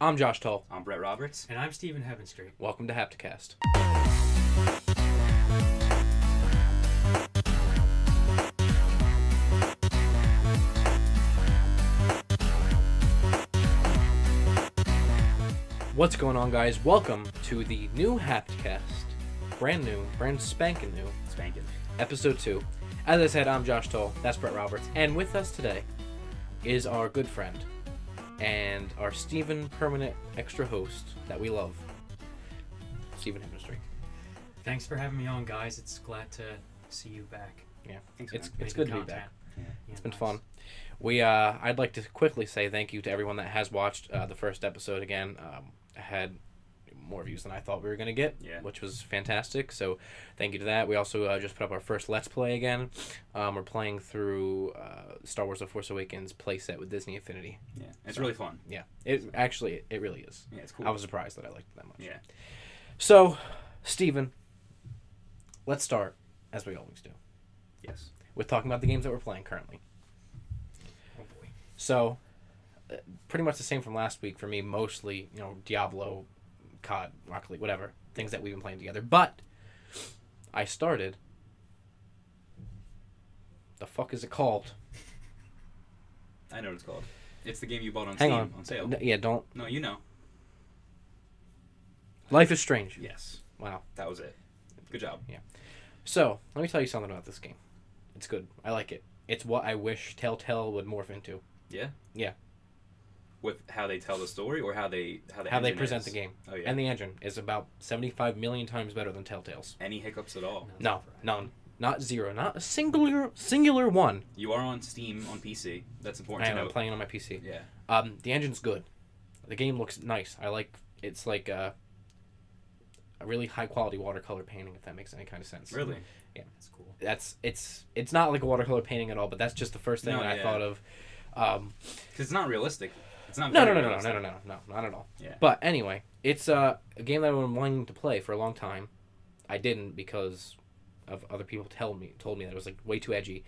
I'm Josh Tull. I'm Brett Roberts. And I'm Stephen Heavenstreet. Welcome to Hapticast. What's going on, guys? Welcome to the new Hapticast. Brand new, brand spanking new, Spanking. episode 2. As I said, I'm Josh Toll. That's Brett Roberts. And with us today is our good friend and our Steven permanent extra host that we love, Steven Hemistry. Thanks for having me on, guys. It's glad to see you back. Yeah, Thanks, it's, man. it's making good to be content. back. Yeah. Yeah, It's been nice. fun. We, uh, I'd like to quickly say thank you to everyone that has watched uh, the first episode again. Um, I had more views than I thought we were gonna get, Yeah. which was fantastic. So, thank you to that. We also uh, just put up our first Let's Play again. Um, we're playing through uh, Star Wars: The Force Awakens playset with Disney Infinity. Yeah. It's really fun. Yeah, it actually it really is. Yeah, it's cool. I was surprised that I liked it that much. Yeah. So, Steven, let's start as we always do Yes. with talking about the games that we're playing currently. Oh, boy. So, uh, pretty much the same from last week for me. Mostly, you know, Diablo, COD, Rocket League, whatever things that we've been playing together. But I started. The fuck is it called? I know what it's called. It's the game you bought on Hang Steam on. sale. N- yeah, don't. No, you know. Life is strange. Yes. Wow. That was it. Good job. So let me tell you something about this game. It's good. I like it. It's what I wish Telltale would morph into. With how they tell the story or how they how, the how they engine present is. the game. Oh yeah. And the engine is about 75 million times better than Telltale's. Any hiccups at all? No, none. Not zero. Not a singular, singular one. You are on Steam on PC. That's important I to am note. playing on my PC. yeah. Um, the engine's good. The game looks nice. I like. It's like uh, a really high quality watercolor painting, if that makes any kind of sense. Really? That's cool. That's it's it's not like a watercolor painting at all, but that's just the first thing No, that I yeah. thought of. Um, Because it's not realistic. It's not. no, no, very no, no, no, realistic. no, no, no, no, not at all. Yeah. But anyway, it's uh, a game that I've been wanting to play for a long time. I didn't because of other people tell me told me that it was like way too edgy,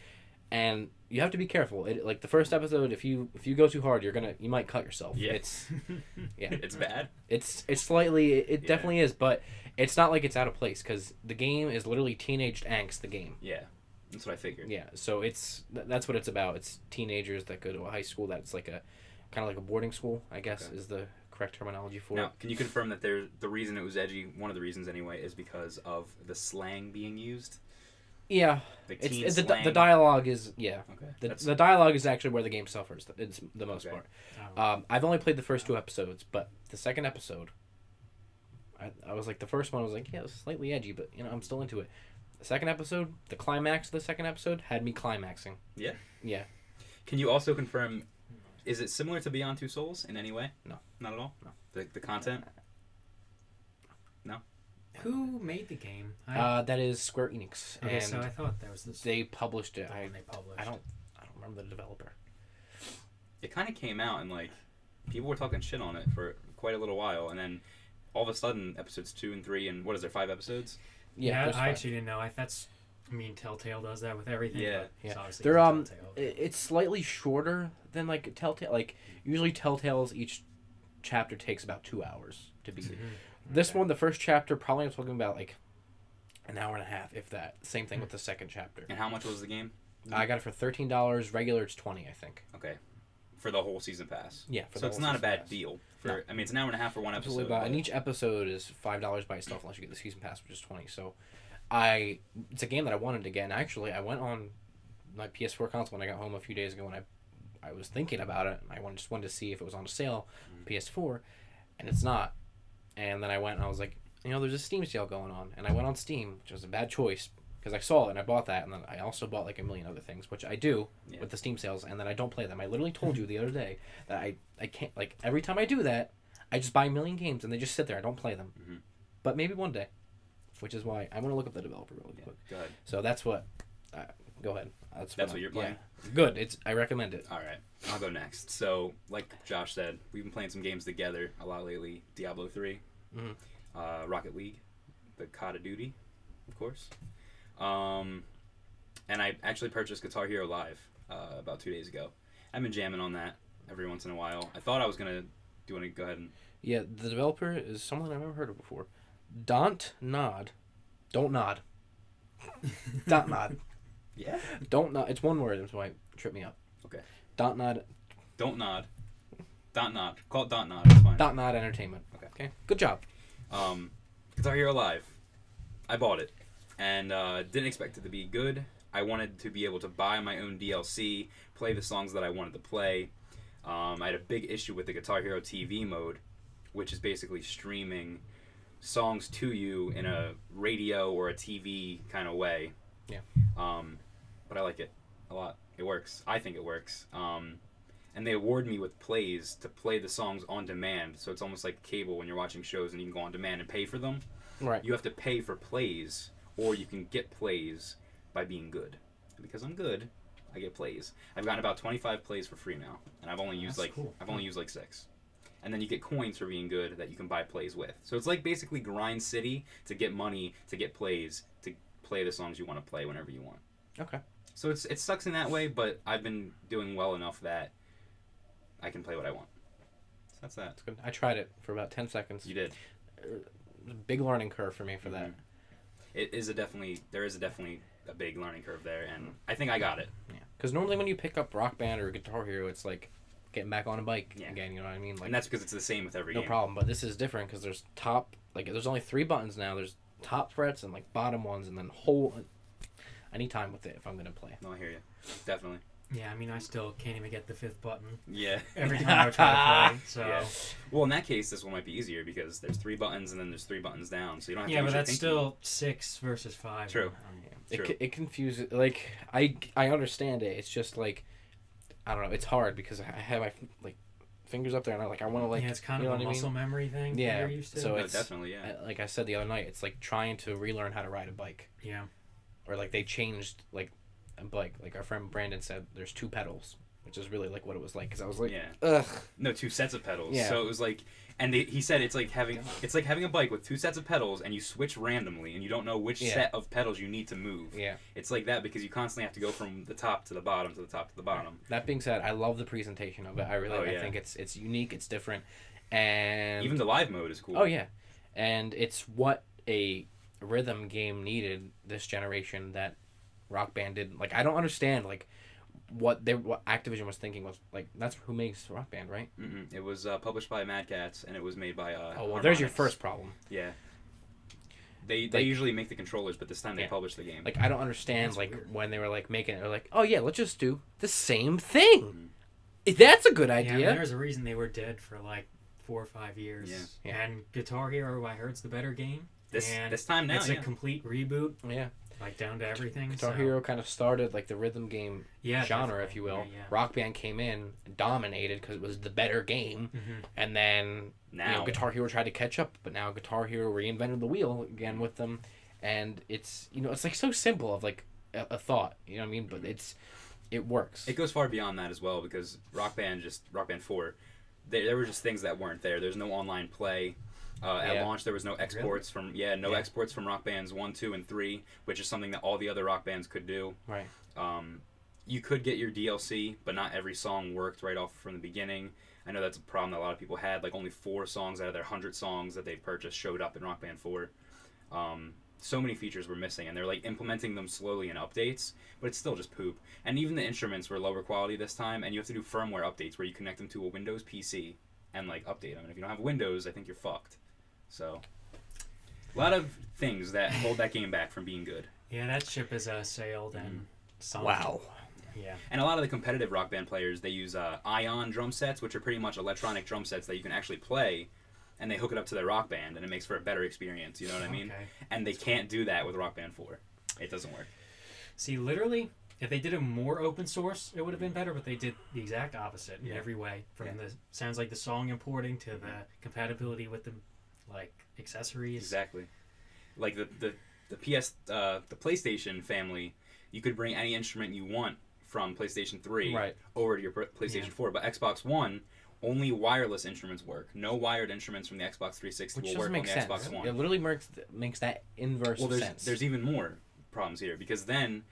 and you have to be careful. It like the first episode, if you if you go too hard, you're gonna you might cut yourself. Yeah. It's yeah. It's bad. It's it's slightly it Yeah. definitely is, but it's not like it's out of place because the game is literally teenaged angst. The game. Yeah. That's what I figured. Yeah, so it's th- that's what it's about. It's teenagers that go to a high school that's like a kind of like a boarding school, I guess Okay. is the correct terminology for it. Now, can you confirm that there the reason it was edgy? One of the reasons anyway is because of the slang being used. Yeah, The it's, teen it's the, di- slang. the dialogue is yeah. Okay. The, that's- the dialogue is actually where the game suffers. th- It's the most Okay. part. Oh, Um, I've only played the first two episodes, but the second episode, I, I was like the first one. I was like, yeah, it was slightly edgy, but you know, I'm still into it. The second episode, the climax of the second episode, had me climaxing. Yeah? Yeah. Can you also confirm? Is it similar to Beyond Two Souls in any way? No. Not at all. No. The, the content. who made the game? I, Uh, that is Square Enix, okay, and so I thought that was the, they published it. the I, one they published. I don't I don't remember the developer. It kind of came out and like people were talking shit on it for quite a little while, and then all of a sudden episodes two and three and what is there five episodes? Yeah, there's I five. actually didn't know. I that's. I mean, Telltale does that with everything. Yeah. but Yeah. It's obviously They're, um, Telltale. I- it's slightly shorter than like Telltale. Like usually Telltales, each chapter takes about two hours to be. Mhm. This Okay. one, the first chapter, probably I'm talking about like an hour and a half, if that. Same thing with the second chapter. And how much was the game? I got it for thirteen dollars. Regular, it's twenty, I think. Okay, for the whole season pass. Yeah, for so the it's whole not a season bad pass. deal. For I mean, it's an hour and a half for one Absolutely, episode. but but and each episode is five dollars by itself unless you get the season pass, which is twenty. So, I it's a game that I wanted to get. And actually, I went on my PS4 console when I got home a few days ago, and I I was thinking about it. And I wanted, just wanted to see if it was on sale, Mm. on PS4, and it's not. And then I went and I was like, you know, there's a Steam sale going on, and I went on Steam, which was a bad choice because I saw it and I bought that, and then I also bought like a million other things, which I do Yeah. with the Steam sales, and then I don't play them. I literally told you the other day that I I can't like every time I do that, I just buy a million games and they just sit there. I don't play them, Mhm. but maybe one day, which is why I want to look up the developer really Yeah. quick. Go ahead. So that's what. Uh, go ahead. That's, That's I'm- what you're yeah. playing? Good. It's I recommend it. All right, I'll go next. So, like Josh said, we've been playing some games together a lot lately. Diablo 3 Mhm. uh, Rocket League, the COD of Duty, of course. Um, and I actually purchased Guitar Hero Live uh, about two days ago. I've been jamming on that every once in a while. I thought I was gonna you want to go ahead and Yeah, the developer is someone I've never heard of before. Don't nod. Don't nod. Don't nod. yeah? Don't nod. It's one word. That's why it tripped me up. Okay. Don't nod. Don't nod. Dot nod. Call it dot nod. It's fine. Don't nod. Entertainment. Okay. Okay. Good job. Um, Guitar Hero Live. I bought it and uh, didn't expect it to be good. I wanted to be able to buy my own DLC, play the songs that I wanted to play. Um, I had a big issue with the Guitar Hero TV mode, which is basically streaming songs to you in a radio or a TV kind of way. Yeah. Um, but I like it a lot. It works. I think it works. Um, and they award me with plays to play the songs on demand. So it's almost like cable when you're watching shows and you can go on demand and pay for them. Right. You have to pay for plays, or you can get plays by being good. And because I'm good, I get plays. I've gotten about 25 plays for free now, and I've only used like That's cool. I've only used like six. And then you get coins for being good that you can buy plays with. So it's like basically grind city to get money to get plays to play the songs you want to play whenever you want. Okay. So it's it sucks in that way, but I've been doing well enough that I can play what I want. So that's that. That's good. I tried it for about ten seconds. You Mm-hmm. did. Big learning curve for me for that. It is a definitely there is a definitely a big learning curve there, and I think I got it. Yeah. Because normally when you pick up Rock Band or Guitar Hero, it's like getting back on a bike Yeah. again. You know what I mean? Like And that's because it's the same with every no game. problem. But this is different because there's top like there's only three buttons now. There's top frets and like bottom ones and then whole. I need time with it if I'm gonna play. No, I hear you. Definitely. Yeah, I mean, I still can't even get the fifth button Yeah. every time I try to play. So Yeah. Well, in that case, this one might be easier because there's three buttons and then there's three buttons down, so you don't have to. yeah, use but your that's pinky. still six versus five. True. Um, It, True. c- it confuses like I I understand it. It's just like I don't know. It's hard because I I have my like fingers up there and I like I want to like yeah, it's kind you of know a what I mean? muscle memory thing. that Yeah, You're used to. so No, it's- definitely yeah. I- like I said the other night. It's like trying to relearn how to ride a bike yeah. or like they changed like a bike. Like our friend Brandon said, there's two pedals, which is really like what it was like. Because I was like, Yeah. ugh, No, two sets of pedals. Yeah. So it was like, and they, he said it's like having it's like having a bike with two sets of pedals, and you switch randomly, and you don't know which Yeah. set of pedals you need to move. yeah. It's like that because you constantly have to go from the top to the bottom to the top to the bottom. That being said, I love the presentation of it. I really, Oh, I yeah. think it's it's unique, it's different, and Even the live mode is cool. oh yeah, and it's what a rhythm game needed this generation that Rock Band didn't. Like I don't understand like what they what Activision was thinking was like that's who makes Rock Band right. Mm-mm. It was uh, published by Mad Cats, and it was made by. Uh, Oh well, there's your Harmonix. first problem. Yeah. They they Like- usually make the controllers, but this time they Yeah. published the game. Like I don't understand That's like weird. when they were like making it, they're like, oh yeah, let's just do the same thing. Mm. That's a good Yeah, I mean, idea. there's a reason they were dead for like four or five years. Yeah. Yeah. And Guitar Hero, I heard's the better game. this and this time now, it's yeah. a complete reboot, Yeah, like down to everything. Guitar so- Hero kind of started like the rhythm game yeah, genre, if definitely. you will. Yeah, Rock Band came in, dominated because it was the better game, yeah. Mhm. and then now. you know, Guitar Hero tried to catch up, but now Guitar Hero reinvented the wheel again with them, and it's you know it's like so simple of like a, a thought, you know what I mean? But it's it works. It goes far beyond that as well because Rock Band just Rock Band Four, there, there were just things that weren't there. There's no online play. Uh, At Yeah. launch, there was no exports from yeah, no Yeah. exports from Rock Bands one, two, and three, which is something that all the other Rock Bands could do. Right. Um, you could get your DLC, but not every song worked right off from the beginning. I know that's a problem that a lot of people had. Like only four songs out of their hundred songs that they purchased showed up in Rock Band Four. Um, so many features were missing, and they're like implementing them slowly in updates, but it's still just poop. And even the instruments were lower quality this time, and you have to do firmware updates where you connect them to a Windows PC and like update them. And if you don't have Windows, I think you're fucked. So, a lot of things that hold that game back from being good. Yeah, that ship has uh, sailed and Mm-hmm. sunk. Wow. Yeah. And a lot of the competitive rock band players, they use uh, ion drum sets, which are pretty much electronic drum sets that you can actually play, and they hook it up to their rock band, and it makes for a better experience. You know what I mean? Okay. And they can't do that with Rock Band Four. It doesn't work. See, literally, if they did it more open source, it would have been better. But they did the exact opposite in Yeah. every way. From Yeah. Mm-hmm. the sounds like the song importing to the compatibility with the like accessories. Exactly. Like the the the PS uh, the PlayStation family, you could bring any instrument you want from PlayStation Three Right. over to your pr- PlayStation Yeah. Four, but Xbox One. Only wireless instruments work. No wired instruments from the Xbox 360 Which will work doesn't on make the sense. Xbox One. It literally makes makes that inverse well, of there's sense. there's even more problems here because then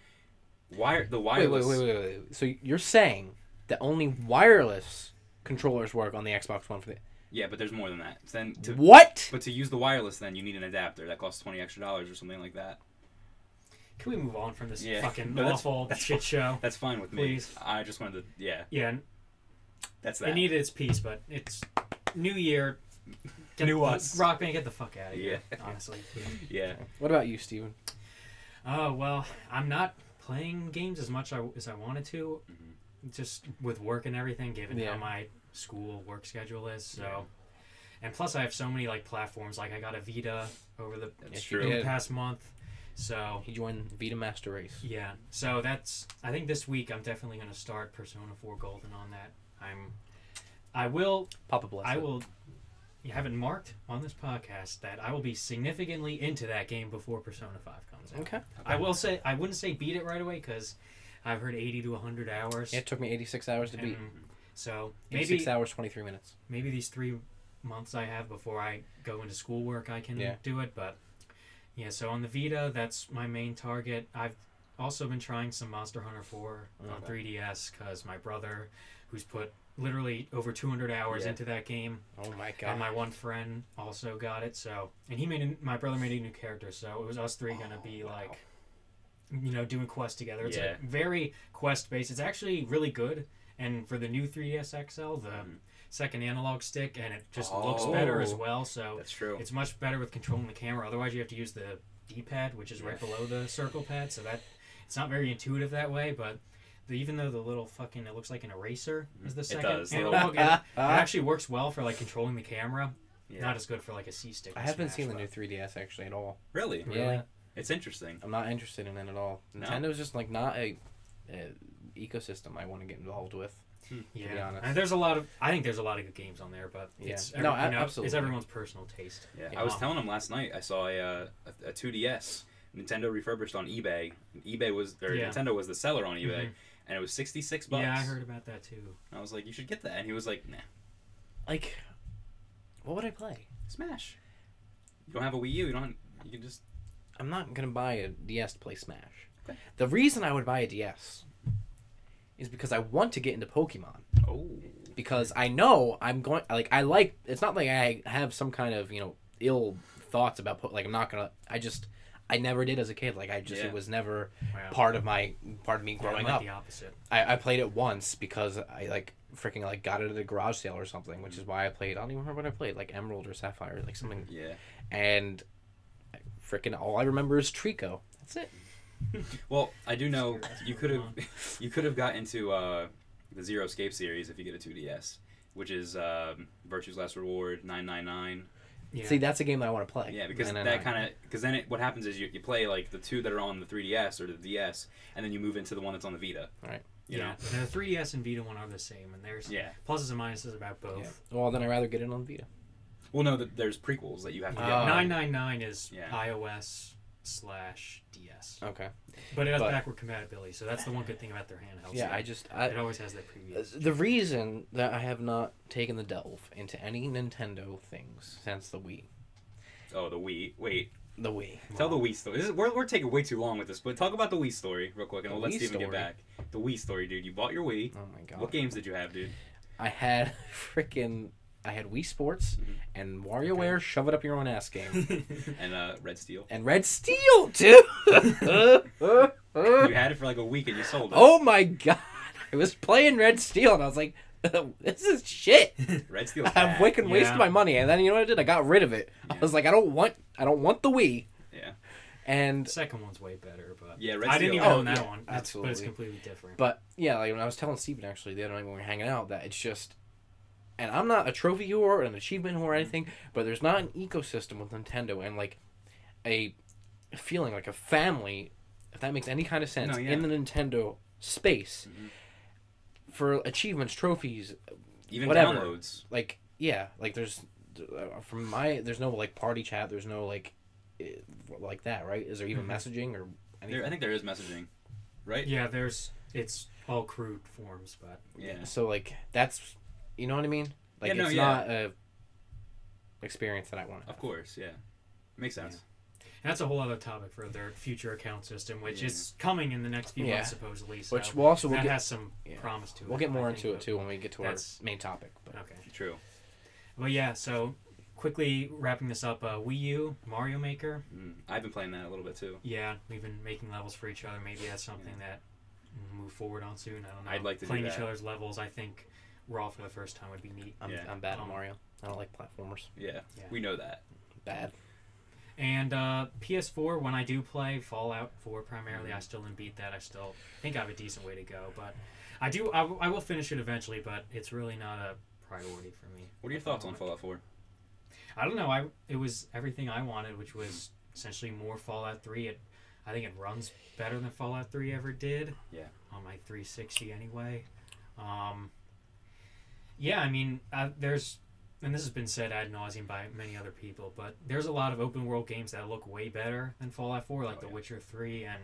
wire the Wait, wireless wait, wait, wait, wait. wait. So you're saying that only wireless controllers work on the Xbox One for the Yeah, but there's more than that. Then to what? but to use the wireless, then you need an adapter that costs twenty extra dollars or something like that. Can we move on from this Yeah. fucking No, that's- awful that's shit fine. show? That's fine with me. Please. I just wanted to. Yeah, Yeah, and that's that. it needed its piece, but it's new year. New us. Rock band, get the fuck out of here. Honestly. yeah, What about you, Steven? Oh well, I'm not playing games as much I- as I wanted to, just with work and everything. Given Mm-hmm. Yeah. how my school work schedule is, so, Yeah. and plus I have so many like platforms. Like I got a Vita over the that's Yeah, true. he over the did. past month, so He joined Vita Master Race. yeah. So that's I think this week I'm definitely gonna start Persona 4 Golden on that. I'm, I will Papa bless. I it. will. You haven't marked on this podcast that I will be significantly into that game before Persona Five comes out. Okay. I will say I wouldn't say beat it right away because I've heard eighty to hundred hours. Yeah, It took me 86 hours to beat. and So 86 maybe hours, 23 minutes. maybe these three months I have before I go into schoolwork I can Yeah. do it. But yeah, so on the Vita that's my main target. I've also been trying some Monster Hunter Four on Okay. 3DS because my brother, who's put literally over two hundred hours Yeah. into that game. Oh my And god. my one friend also got it. So, and he made a, my brother made a new character. So it was us three gonna Oh, be wow. like, you know, doing quests together. It's Yeah. a very quest based. It's actually really good. And for the new 3ds XL, the Mhm. second analog stick, and it just looks better as Oh. well. So That's true. it's much better with controlling the camera. Otherwise, you have to use the D-pad, which is right Yeah. below the circle pad. So that it's not very intuitive that way. But the, even though the little fucking it looks like an eraser is Mm-hmm. the It second does, a little analog, it, bit. it actually works well for like controlling the camera. Yeah. Not as good for like a C stick. I in haven't Smash, seen the but- new 3DS actually at all. really, Really? Yeah, it's interesting. I'm not interested in it at all. No? Nintendo's just like not a, a ecosystem I want to get involved with. Yeah, be honest. and there's a lot of. I think there's a lot of good games on there, but Yeah. it's No, every- a- you know, It's absolutely. everyone's personal taste. Yeah, Yeah. I was Wow. telling him last night. I saw a, uh, a a 2DS Nintendo refurbished on eBay. eBay was or Yeah. Nintendo was the seller on eBay, Mhm. and it was sixty six bucks. Yeah, I heard about that too. And I was like, you should get that, and he was like, nah, Like, what would I play? Smash. You don't have a Wii U. You don't. You can just. I'm not gonna buy a DS to play Smash. Okay. The reason I would buy a DS is because I want to get into Pokemon. Oh. Because I know I'm going. Like I like. It's not like I have some kind of you know ill thoughts about. Po- like I'm not gonna. I just. I never did as a kid. Like I just. Yeah. It was never Wow. part of my part of me Yeah, I'm growing like up. the opposite. I, I played it once because I like freaking like got it at a garage sale or something, which is why I played. I don't even remember what I played, like Emerald or Sapphire, like something. Yeah. And freaking all I remember is Trico. That's it. Well, I do know Just curious you what's could have going you could have got into uh, the Zero Escape series if you get a 2DS, which is um, Virtue's Last Reward, 999. Yeah. See, that's a game that I want to play. Yeah, because And then that I- kind of because then it, what happens is you, you play like the two that are on the 3DS or the DS, and then you move into the one that's on the Vita. Right. You yeah, know. And the 3DS and Vita one are the same, and there's Yeah. pluses and minuses about both. Yeah. Well, then I'd rather get it on Vita. Well, no, th- there's prequels that you have to get. Oh. Nine nine nine is Yeah. iOS slash DS, Okay. but it has Uh, But- backward compatibility, so that's the one good thing about their handhelds. Yeah, I just it I, always has that preview. the reason that I have not taken the delve into any Nintendo things since the Wii, Oh, the Wii. Wait, the Wii. tell the Wii story. This is, we're, we're taking way too long with this, but talk about the Wii story real quick, and The we'll let Wii Steven get story? back. The Wii story, dude. You bought your Wii. Oh my god. What games did you have, dude? I had freaking I had Wii Sports Mhm. and WarioWare Shove It Up Your Own Ass game And uh, Red Steel. and Red Steel too. You had it for like a week and you sold it. oh my god! I was playing Red Steel and I was like, this is shit. Red Steel's I've bad. wicked wasted Yeah. my money, and then you know what I did? I got rid of it. I Yeah. was like, I don't want, I don't want the Wii. Yeah. The And second one's way better, but Yeah, Red I didn't Steel. even Oh, own that yeah, one. It's- but it's absolutely. completely different. but yeah, like when I was telling Steven actually the other night when we were hanging out that it's just, and I'm not a trophy whore or an achievement Mm. whore or anything, but there's not an ecosystem with Nintendo and like a feeling like a family, if that makes any kind of sense No, yeah. in the Nintendo space Mm-hmm. for achievements, trophies, Even whatever. downloads. like yeah, like there's uh, from my there's no like party chat, there's no like eh, like that right? Is there even Mhm. messaging or anything? Mm-hmm. There, I think there is messaging, right? yeah, there's it's all crude forms, but Yeah. So like that's you know what I mean? Like Yeah, no, it's yeah. not a experience that I want. Of course. Yeah. Makes sense. and that's a whole other topic for their future account system, which Yeah. is coming in the next few Yeah. months supposedly. So Which we'll also we'll that get has some yeah. promise to it. we'll get I more think, into it but- too when we get to our that's- main topic. But Okay. True. But yeah, so quickly wrapping this up. Uh, Wii U Mario Maker. Mm. I've been playing that a little bit too. Yeah, we've been making levels for each other. Maybe that's something that we move forward on soon. I don't know. I'd like to do playing each that. other's levels. I think raw for the first time would be neat. I'm, Yeah. I'm bad Um, at Mario. I don't like platformers. Yeah, Yeah. we know that. Bad. And uh, PS4, when I do play Fallout 4 primarily, I still didn't beat that. I still think I have a decent way to go, but I do. I, w- I will finish it eventually, but it's really not a priority for me. What are your at the thoughts on moment. Fallout 4? I don't know. I it was everything I wanted, which was essentially more Fallout Three. It, I think it runs better than Fallout Three ever did. Yeah. On my 360 anyway. Um, yeah, I mean, uh there's, and this has been said ad nauseum by many other people, but there's a lot of open world games that look way better than Fallout Four, like Oh, The yeah. Witcher Three, and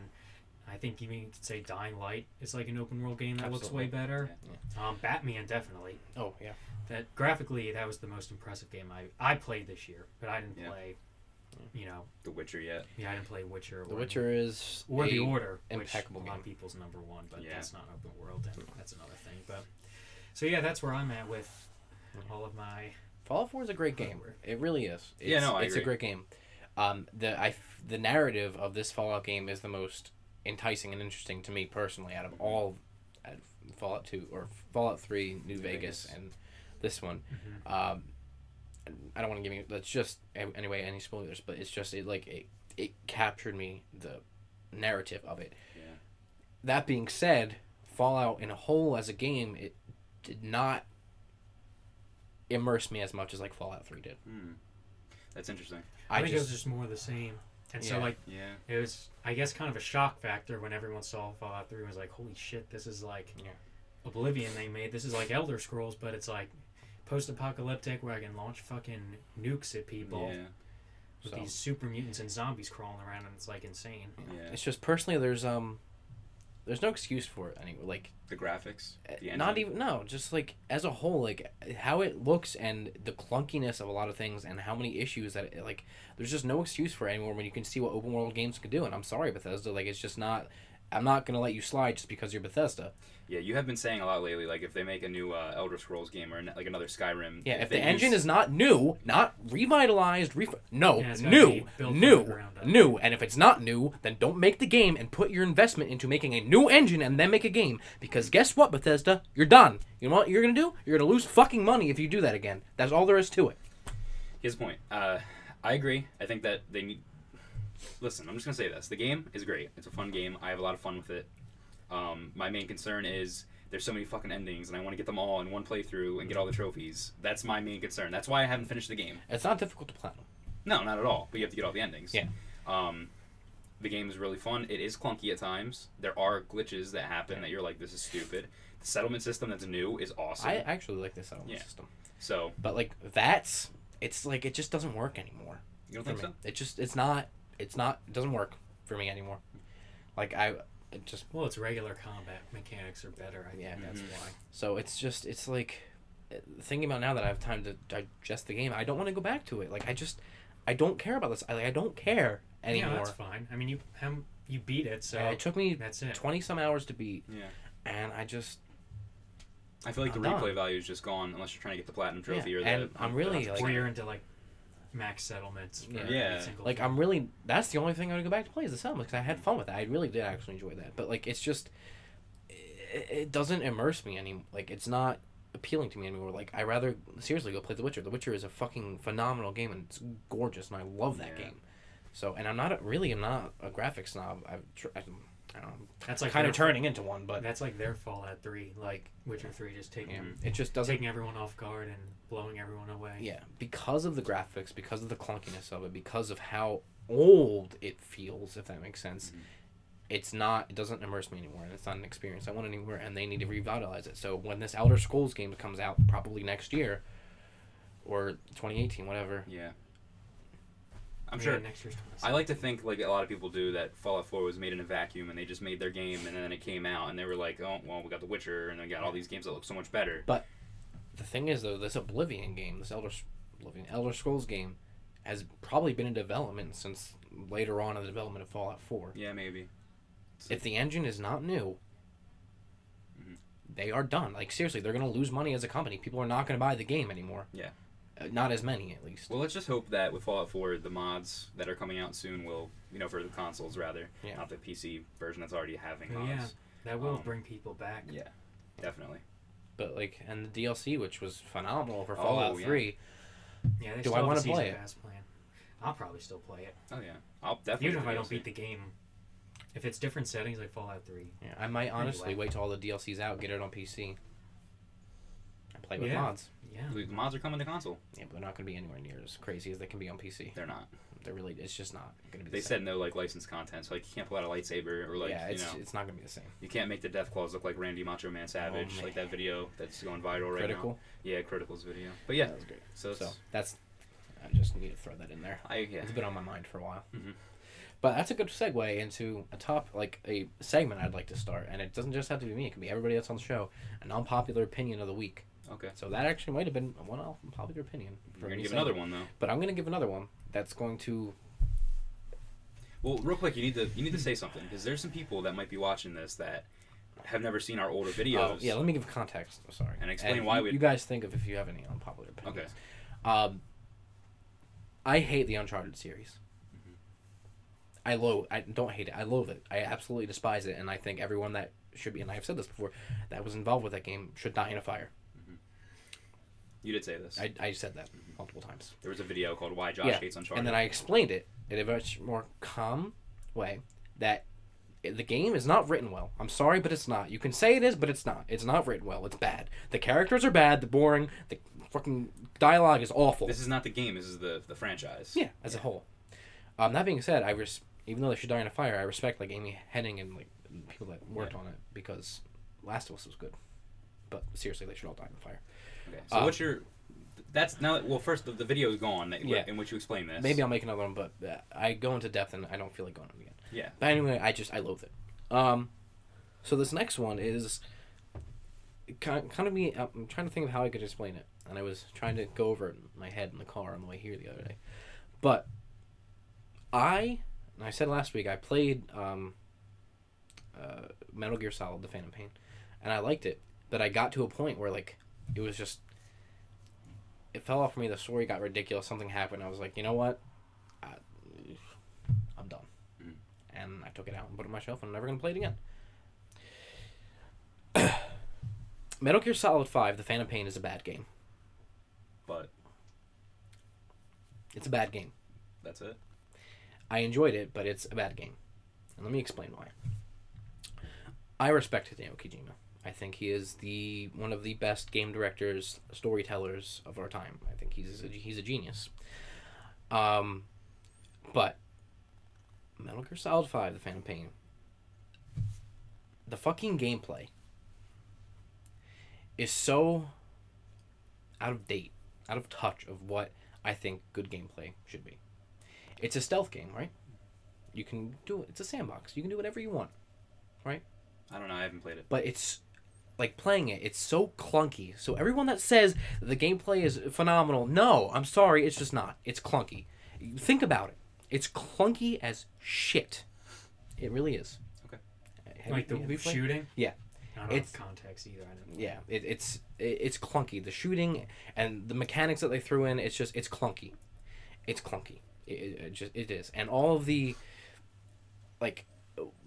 I think even you could say Dying Light is like an open world game that looks way Absolutely. better. Um, Batman definitely Oh yeah. that graphically that was the most impressive game I I played this year, but I didn't Yeah. play. You know, The Witcher yet? yeah, I didn't play Witcher. Or The Witcher is or The a- Order, impeccable impeccable which a lot game. of people's number one, but Yeah. that's not open world, and that's another thing. But so yeah, that's where I'm at with all of my. Fallout Four is a great game. Hardware. It really is. It's, Yeah, no, I it's a agree. great game. Um, the I f- the narrative of this Fallout game is the most enticing and interesting to me personally out of all out of Fallout Two or Fallout Three, New Vegas, Vegas. Mm-hmm. and this one. Um, I don't want to give you. That's just a- anyway any spoilers, but it's just it like it it captured me the narrative of it. Yeah. That being said, Fallout in a whole as a game it did not immerse me as much as like Fallout Three did. Hmm. That's interesting. I, I, think it was just just more of the same, and so Yeah. like Yeah. it was, I guess, kind of a shock factor when everyone saw Fallout Three and was like, "Holy shit, this is like Yeah. Oblivion they made. This is like Elder Scrolls, but it's like post-apocalyptic where I can launch fucking nukes at people." Yeah. with so. these super mutants and zombies crawling around, and it's like insane. Yeah. it's just personally there's um there's no excuse for it anyway. Like eh, The graphics. The Uh, not e- engine. even no, just like as a whole, like how it looks and the clunkiness of a lot of things and how many issues that it, like there's just no excuse for it anymore when you can see what open world games can do. And I'm sorry Bethesda, like it's just not. I'm not gonna let you slide just because you're Bethesda. Yeah, you have been saying a lot lately. Like if they make a new uh, Elder Scrolls game or an, like another Skyrim. Yeah, if, the they engine use- is not new, not revitalized, ref- no, Yeah, it's gotta be new, built from the new, ground up. new, and if it's not new, then don't make the game and put your investment into making a new engine and then make a game. Because guess what, Bethesda, you're done. You know what you're gonna do? You're gonna lose fucking money if you do that again. That's all there is to it. Here's the point. Uh, I agree. I think that they need. Listen, I'm just gonna say this. The game is great. It's a fun game. I have a lot of fun with it. Um, my main concern is there's so many fucking endings, and I want to get them all in one playthrough and get all the trophies. That's my main concern. That's why I haven't finished the game. It's not difficult to platinum. No, not at all. But you have to get all the endings. Yeah. Um, the game is really fun. It is clunky at times. There are glitches that happen that you're like, this is stupid. The settlement system that's new is awesome. I actually like this settlement Yeah. system, so but like that's it's like it just doesn't work anymore. you don't for think me. so? It just it's not it's not it doesn't work for me anymore. Like I it just Well, it's regular combat mechanics are better. I Yeah. think that's Mhm. why. So it's just it's like uh, thinking about now that I have time to digest the game. I don't want to go back to it. Like I just I don't care about this. I like I don't care Yeah, anymore. that's fine. I mean, you um, you beat it, so Uh, it took me that's it. twenty some hours to beat, Yeah. and I just I feel like the I'm done. replay value is just gone unless you're trying to get the platinum trophy Yeah, or the. and I'm the- really, the- like- uh, Or you're into like max settlements. for Yeah. every Yeah. single like thing. I'm really that's the only thing I would go back to play is the settlement because I had fun with that. I really did actually enjoy that. But like it's just it, it doesn't immerse me any like it's not appealing to me anymore. Like I rather seriously go play The Witcher. The Witcher is a fucking phenomenal game and it's gorgeous and I love that Yeah. game. So and I'm not a, really I'm not a graphic snob. I've tr- I'm, I don't know, that's like kind their, of turning into one, but That's like their Fallout Three, like Witcher Three, just taking yeah, it just doesn't taking everyone off guard and blowing everyone away. Yeah, because of the graphics, because of the clunkiness of it, because of how old it feels, if that makes sense, it's not. It doesn't immerse me anymore, and it's not an experience I want anymore. And they need to revitalize it. So when this Elder Scrolls game comes out, probably next year, or twenty eighteen, whatever. Yeah. I'm sure. Yeah, next year's 26. I like to think, like a lot of people do, that Fallout 4 was made in a vacuum and they just made their game and then it came out and they were like, oh, well, we got The Witcher and then we got all these games that look so much better. The thing is, though, this Oblivion game, this Elder S- Oblivion Elder Scrolls game, has probably been in development since later on in the development of Fallout Four. Yeah, maybe. if the engine is not new, Mhm. they are done. Like seriously, they're gonna lose money as a company. People are not gonna buy the game anymore. Yeah. Uh, Not as many, at least. Well, let's just hope that with Fallout 4, the mods that are coming out soon will, you know, for the consoles rather, Yeah. not the PC version that's already having But mods. Oh, yeah, that will Um, bring people back. Yeah, definitely. But like, and the DLC, which was phenomenal for Fallout Oh, yeah. Three. Yeah, they Do still I have wanna the season play it? pass plan. I'll probably still play it, Oh yeah, I'll definitely. even do if I don't DLC. beat the game. If it's different settings like Fallout Three, Yeah, I might honestly Anyway. wait till all the DLC's out, get it on PC, and play with Yeah. mods. yeah, The mods are coming to console. Yeah, but they're not going to be anywhere near as crazy as they can be on PC. They're not. They're really, it's just not going to be. They the same. said no like licensed content, so like you can't pull out a lightsaber or like yeah, you it's know it's not going to be the same. you can't make the death claws look like Randy Macho Man Savage like that Oh, man. video that's going viral right now. Critical. Yeah, Critical's video. But yeah, that was great. so, it's, So that's, I just need to throw that in there. I yeah It's been on my mind for a while. Mhm. But that's a good segue into a top like a segment I'd like to start, and it doesn't just have to be me; it can be everybody else on the show. An unpopular opinion of the week. okay. So that actually might have been one unpopular opinion. for We're gonna any give segment. another one though. But I'm gonna give another one that's going to Well, real quick, you need to you need to say something because there's some people that might be watching this that have never seen our older videos. Uh, yeah, let me give context. I'm sorry. And explain why you, we- You guys think of if you have any unpopular opinions. Okay. Um, I hate the Uncharted series. Mm-hmm. I loathe. I don't hate it. I loathe it. I absolutely despise it, and I think everyone that should be and I have said this before that was involved with that game should die in a fire. You did say this. I, I said that Mm-hmm. multiple times. there was a video called "Why Josh yeah. Hates Uncharted." And then I explained it in a much more calm way that i- the game is not written well. I'm sorry, but it's not. You can say it is, but it's not. It's not written well. It's bad. The characters are bad. The boring. The fucking dialogue is awful. this is not the game. This is the the franchise. yeah, as a whole. Um, that being said, I res- even though they should die in a fire, I respect like Amy Henning and like people that worked on it because Last of Us was good. But seriously, they should all die in a fire. Okay. So Uh, what's your? That's now. Well, first the, the video is gone. That, Yeah. In which you explain this. Maybe I'll make another one, but uh, I go into depth and I don't feel like going into it again. Yeah. But anyway, I just I loathe it. Um, so this next one is kind kind of me. I'm trying to think of how I could explain it, and I was trying to go over it in my head in the car on the way here the other day. But I, and I said last week, I played um, uh, Metal Gear Solid: The Phantom Pain, and I liked it. But I got to a point where like it was just it fell off me. The story got ridiculous. Something happened. I was like, you know what, I, I'm done and I took it out and put it on my shelf, and I'm never gonna play it again. Metal Gear Solid Five: The Phantom Pain is a bad game. But It's a bad game. that's it. I enjoyed it, but it's a bad game, and let me explain why. I respect Hideo Kojima. I think he is the one of the best game directors, storytellers of our time. I think he's a, he's a genius. Um, but Metal Gear Solid Five: The Phantom Pain, the fucking gameplay is so out of date, out of touch of what I think good gameplay should be. It's a stealth game, right? You can do it. It's a sandbox. You can do whatever you want. I don't know. I haven't played it. But it's like playing it, it's so clunky. So everyone that says the gameplay is phenomenal, no, I'm sorry, it's just not. It's clunky. Think about it. It's clunky as shit. It really is. Uh, Okay. Have like you- the have you played- shooting. Yeah. I don't It's- have context either. I didn't. yeah it, it's it, it's clunky the shooting and the mechanics that they threw in it's just it's clunky it's clunky it, it, it just it is and all of the like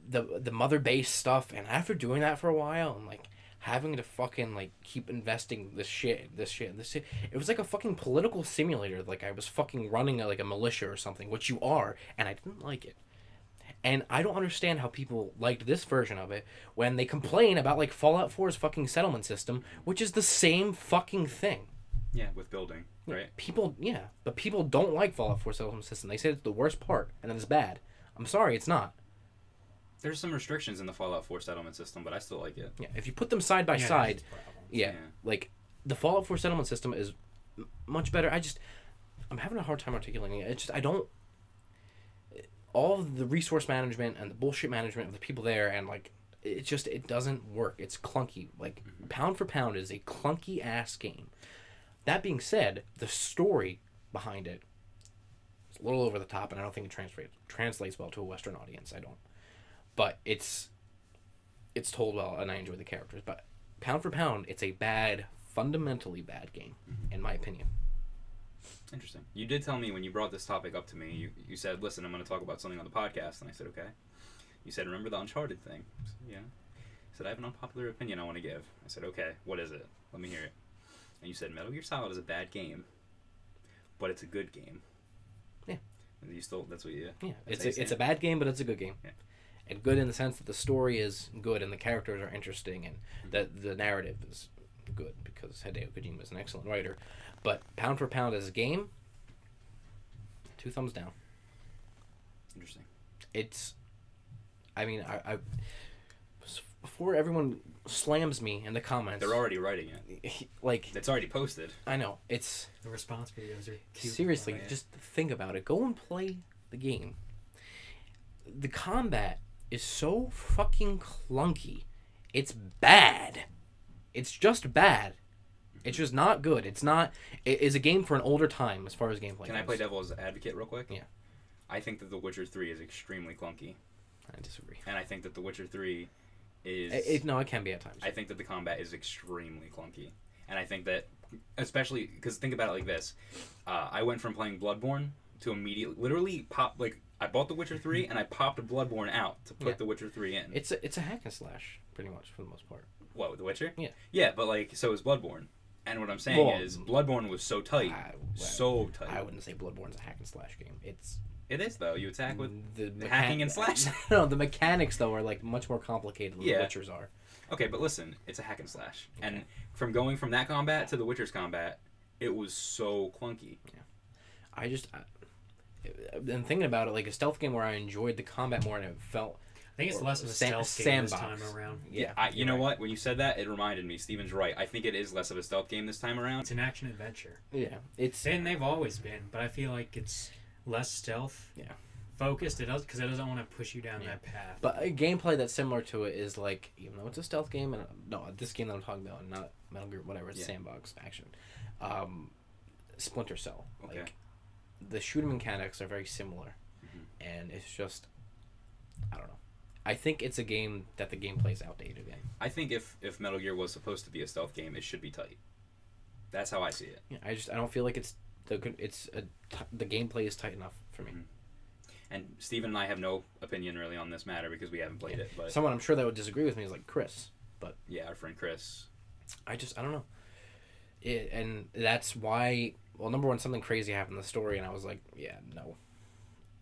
the the mother base stuff and after doing that for a while and like having to fucking like keep investing this shit this shit this shit it was like a fucking political simulator like i was fucking running a, like a militia or something which you are and i didn't like it and I don't understand how people liked this version of it when they complain about like Fallout 4's fucking settlement system, which is the same fucking thing. Yeah, with building, right? People, yeah, but people don't like Fallout 4 settlement system. They say it's the worst part and that it's bad. I'm sorry, it's not. There's some restrictions in the Fallout 4 settlement system, but I still like it. Yeah, if you put them side by Yeah, that's side, the problem. yeah, Yeah. like the Fallout 4 settlement system is m- much better. I just I'm having a hard time articulating it. It's just I don't all of the resource management and the bullshit management of the people there and like it just it doesn't work. It's clunky. Like pound for pound is a clunky ass game. That being said, the story behind it is a little over the top and I don't think it translates translates well to a western audience. I don't. But it's it's told well and I enjoy the characters, but pound for pound, it's a bad, fundamentally bad game in my opinion. Interesting. You did tell me when you brought this topic up to me, you, you said, listen, I'm going to talk about something on the podcast. And I said, okay. You said, remember the Uncharted thing? I said, yeah. I said, I have an unpopular opinion I want to give. I said, okay, what is it? Let me hear it. And you said, Metal Gear Solid is a bad game, but it's a good game. Yeah. And you still, that's what you, Yeah, it's That's a, how you it's a stand. bad game, but it's a good game. Yeah. And good in the sense that the story is good and the characters are interesting and Mm-hmm. that the narrative is good because Hideo Kojima is an excellent writer. But pound for pound as a game, two thumbs down. interesting. It's, I mean, I, I s- before everyone slams me in the comments, They're already writing it. like It's already posted. I know it's The response videos are cute. Seriously, yeah. just think about it. Go and play the game. The combat is so fucking clunky. It's bad. It's just bad. It's just not good. It's not. It is a game for an older time as far as gameplay. Can I goes. play devil's advocate real quick? Yeah. I think that The Witcher 3 is extremely clunky, I disagree. and I think that The Witcher 3 is. It, it- no, it can be at times. I think that the combat is extremely clunky, and I think that, especially because think about it like this, uh, I went from playing Bloodborne to immediately, literally pop like I bought The Witcher three and I popped Bloodborne out to put Yeah. The Witcher three in. it's a it's a hack and slash pretty much for the most part. Whoa, The Witcher. Yeah. Yeah, but like so is Bloodborne, and what I'm saying Well, is Bloodborne was so tight, I- so tight. I wouldn't say Bloodborne's a hack and slash game. It's it is though. You attack with. the hacking and slash. no, the mechanics though are like much more complicated than Yeah. the Witchers are. Okay, but listen, it's a hack and slash, and from going from that combat to The Witcher's combat, it was so clunky. I just I, and thinking about it, like a stealth game where I enjoyed the combat more and it felt I think it's or less of a sa- stealth game this time sandbox. around. Yeah, yeah. I, you you're know right. what? When you said that, it reminded me. Steven's right. I think it is less of a stealth game this time It's around. an action adventure. Yeah, it's And they've always been, but I feel like it's less stealth. Yeah. Focused. It does because it doesn't want to push you down Yeah. that path. but a gameplay that's similar to it is like even though it's a stealth game and no, this game that I'm talking about, not Metal Gear, whatever, it's Yeah. sandbox action. Um, Splinter Cell, Okay. Mm-hmm. like the shooting mechanics are very similar, and it's just I don't know. I think it's a game that the gameplay is outdated in. I think if if Metal Gear was supposed to be a stealth game, it should be tight. That's how I see it. Yeah, I just I don't feel like it's the good- it's a, t- the gameplay is tight enough for Mm-hmm. me. And Steven and I have no opinion really on this matter because we haven't played it. But Someone I'm sure that would disagree with me is like Chris. yeah, our friend Chris. I just I don't know. It, and that's why well number one something crazy happened in the story and I was like yeah no,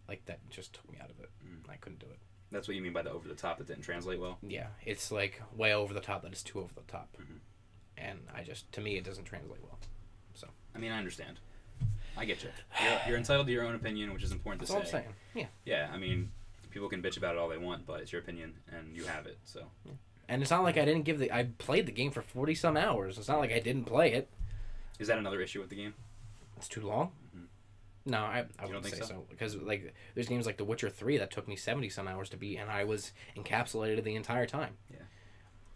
like that just took me out of it. I couldn't do it. That's what you mean by the over the top that didn't translate well. Yeah, it's like way over the top that it's too over the top, and I just to me it doesn't translate well. I mean, I understand. I get you. You're, you're entitled to your own opinion, which is important That's to all I'm say. saying. Yeah, Yeah, I mean, people can bitch about it all they want, but it's your opinion, and you have it. So and it's not like I didn't give the I played the game for forty some hours. It's not like I didn't play it. is that another issue with the game? It's too long. No, I, I Mm-hmm. You don't wouldn't think say so? so? because like there's games like The Witcher Three that took me seventy some hours to beat, and I was encapsulated the entire time. Yeah.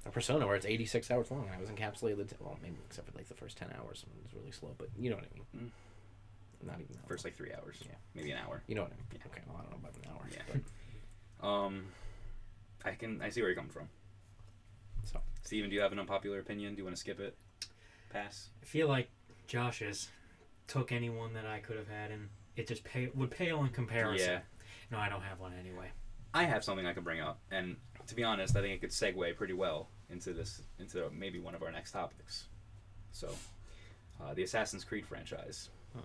A Persona where it's eighty six hours long, and I was encapsulated. t- well, maybe except for like the first ten hours, and it's really slow, but you know what I mean. Not even that Mm. First long. like three hours, Yeah. maybe an hour. You know what I mean? Yeah. Okay, well I don't know about an hour. Yeah. but- Um, I can I see where you're coming from. So. Steven, do you have an unpopular opinion? Do you want to skip it? Pass. I feel like Josh's took anyone that I could have had, and it just pay, would pale in comparison. Yeah, No, I don't have one anyway. I have something I could bring up, and to be honest, I think it could segue pretty well into this into maybe one of our next topics. So, uh, the Assassin's Creed franchise. Huh.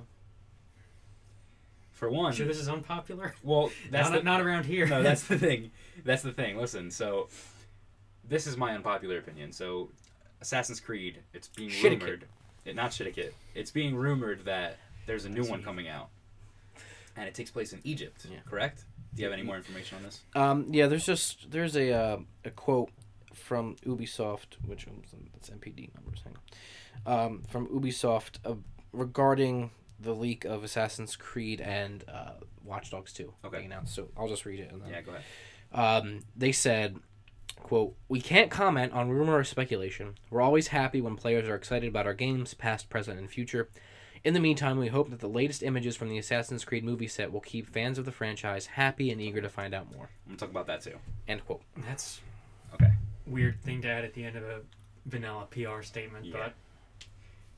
For one, sure, this is unpopular. well, Um, that's not, the, not around here. no, that's the thing. That's the thing. Listen, so this is my unpopular opinion. So, Assassin's Creed, it's being Shitakit. rumored. It, not Shitakit. It's being rumored that there's a new That's one me. coming out, and it takes place in Egypt. Yeah. Correct? Do you have any more information on this? Um, yeah, there's just there's a uh, a quote from Ubisoft, which um, that's MPD numbers. Hang on, um, from Ubisoft uh, regarding the leak of Assassin's Creed and uh, Watch Dogs Two. Okay. being announced. So I'll just read it and then Yeah, go ahead. um, they said quote we can't comment on rumor or speculation we're always happy when players are excited about our games past present and future in the meantime we hope that the latest images from the assassin's creed movie set will keep fans of the franchise happy and eager to find out more I'm gonna talk about that too. end quote That's Okay. weird thing to add at the end of a vanilla PR statement, Yeah.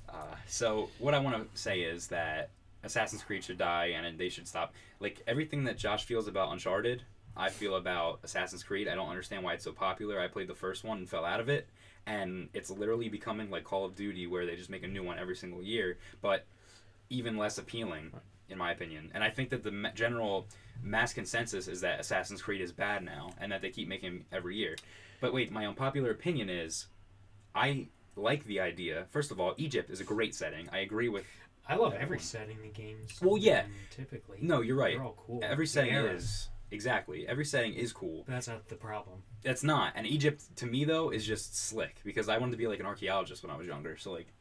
Uh, so what I want to say is that Assassin's Creed should die and they should stop. Like everything that Josh feels about Uncharted, I feel about Assassin's Creed. I don't understand why it's so popular. I played the first one and fell out of it, and it's literally becoming like Call of Duty where they just make a new one every single year, but even less appealing in my opinion. And I think that the ma- general mass consensus is that Assassin's Creed is bad now and that they keep making 'em every year. But wait, my unpopular opinion is I like the idea. First of all, Egypt is a great setting. I agree with I love Yeah. every setting the games. Well, live yeah. in, Typically. No, you're right. They're all cool. Every The setting era. is exactly. Every setting is cool. That's not the problem. That's not. And Egypt to me though is just slick because I wanted to be like an archaeologist when I was younger. So like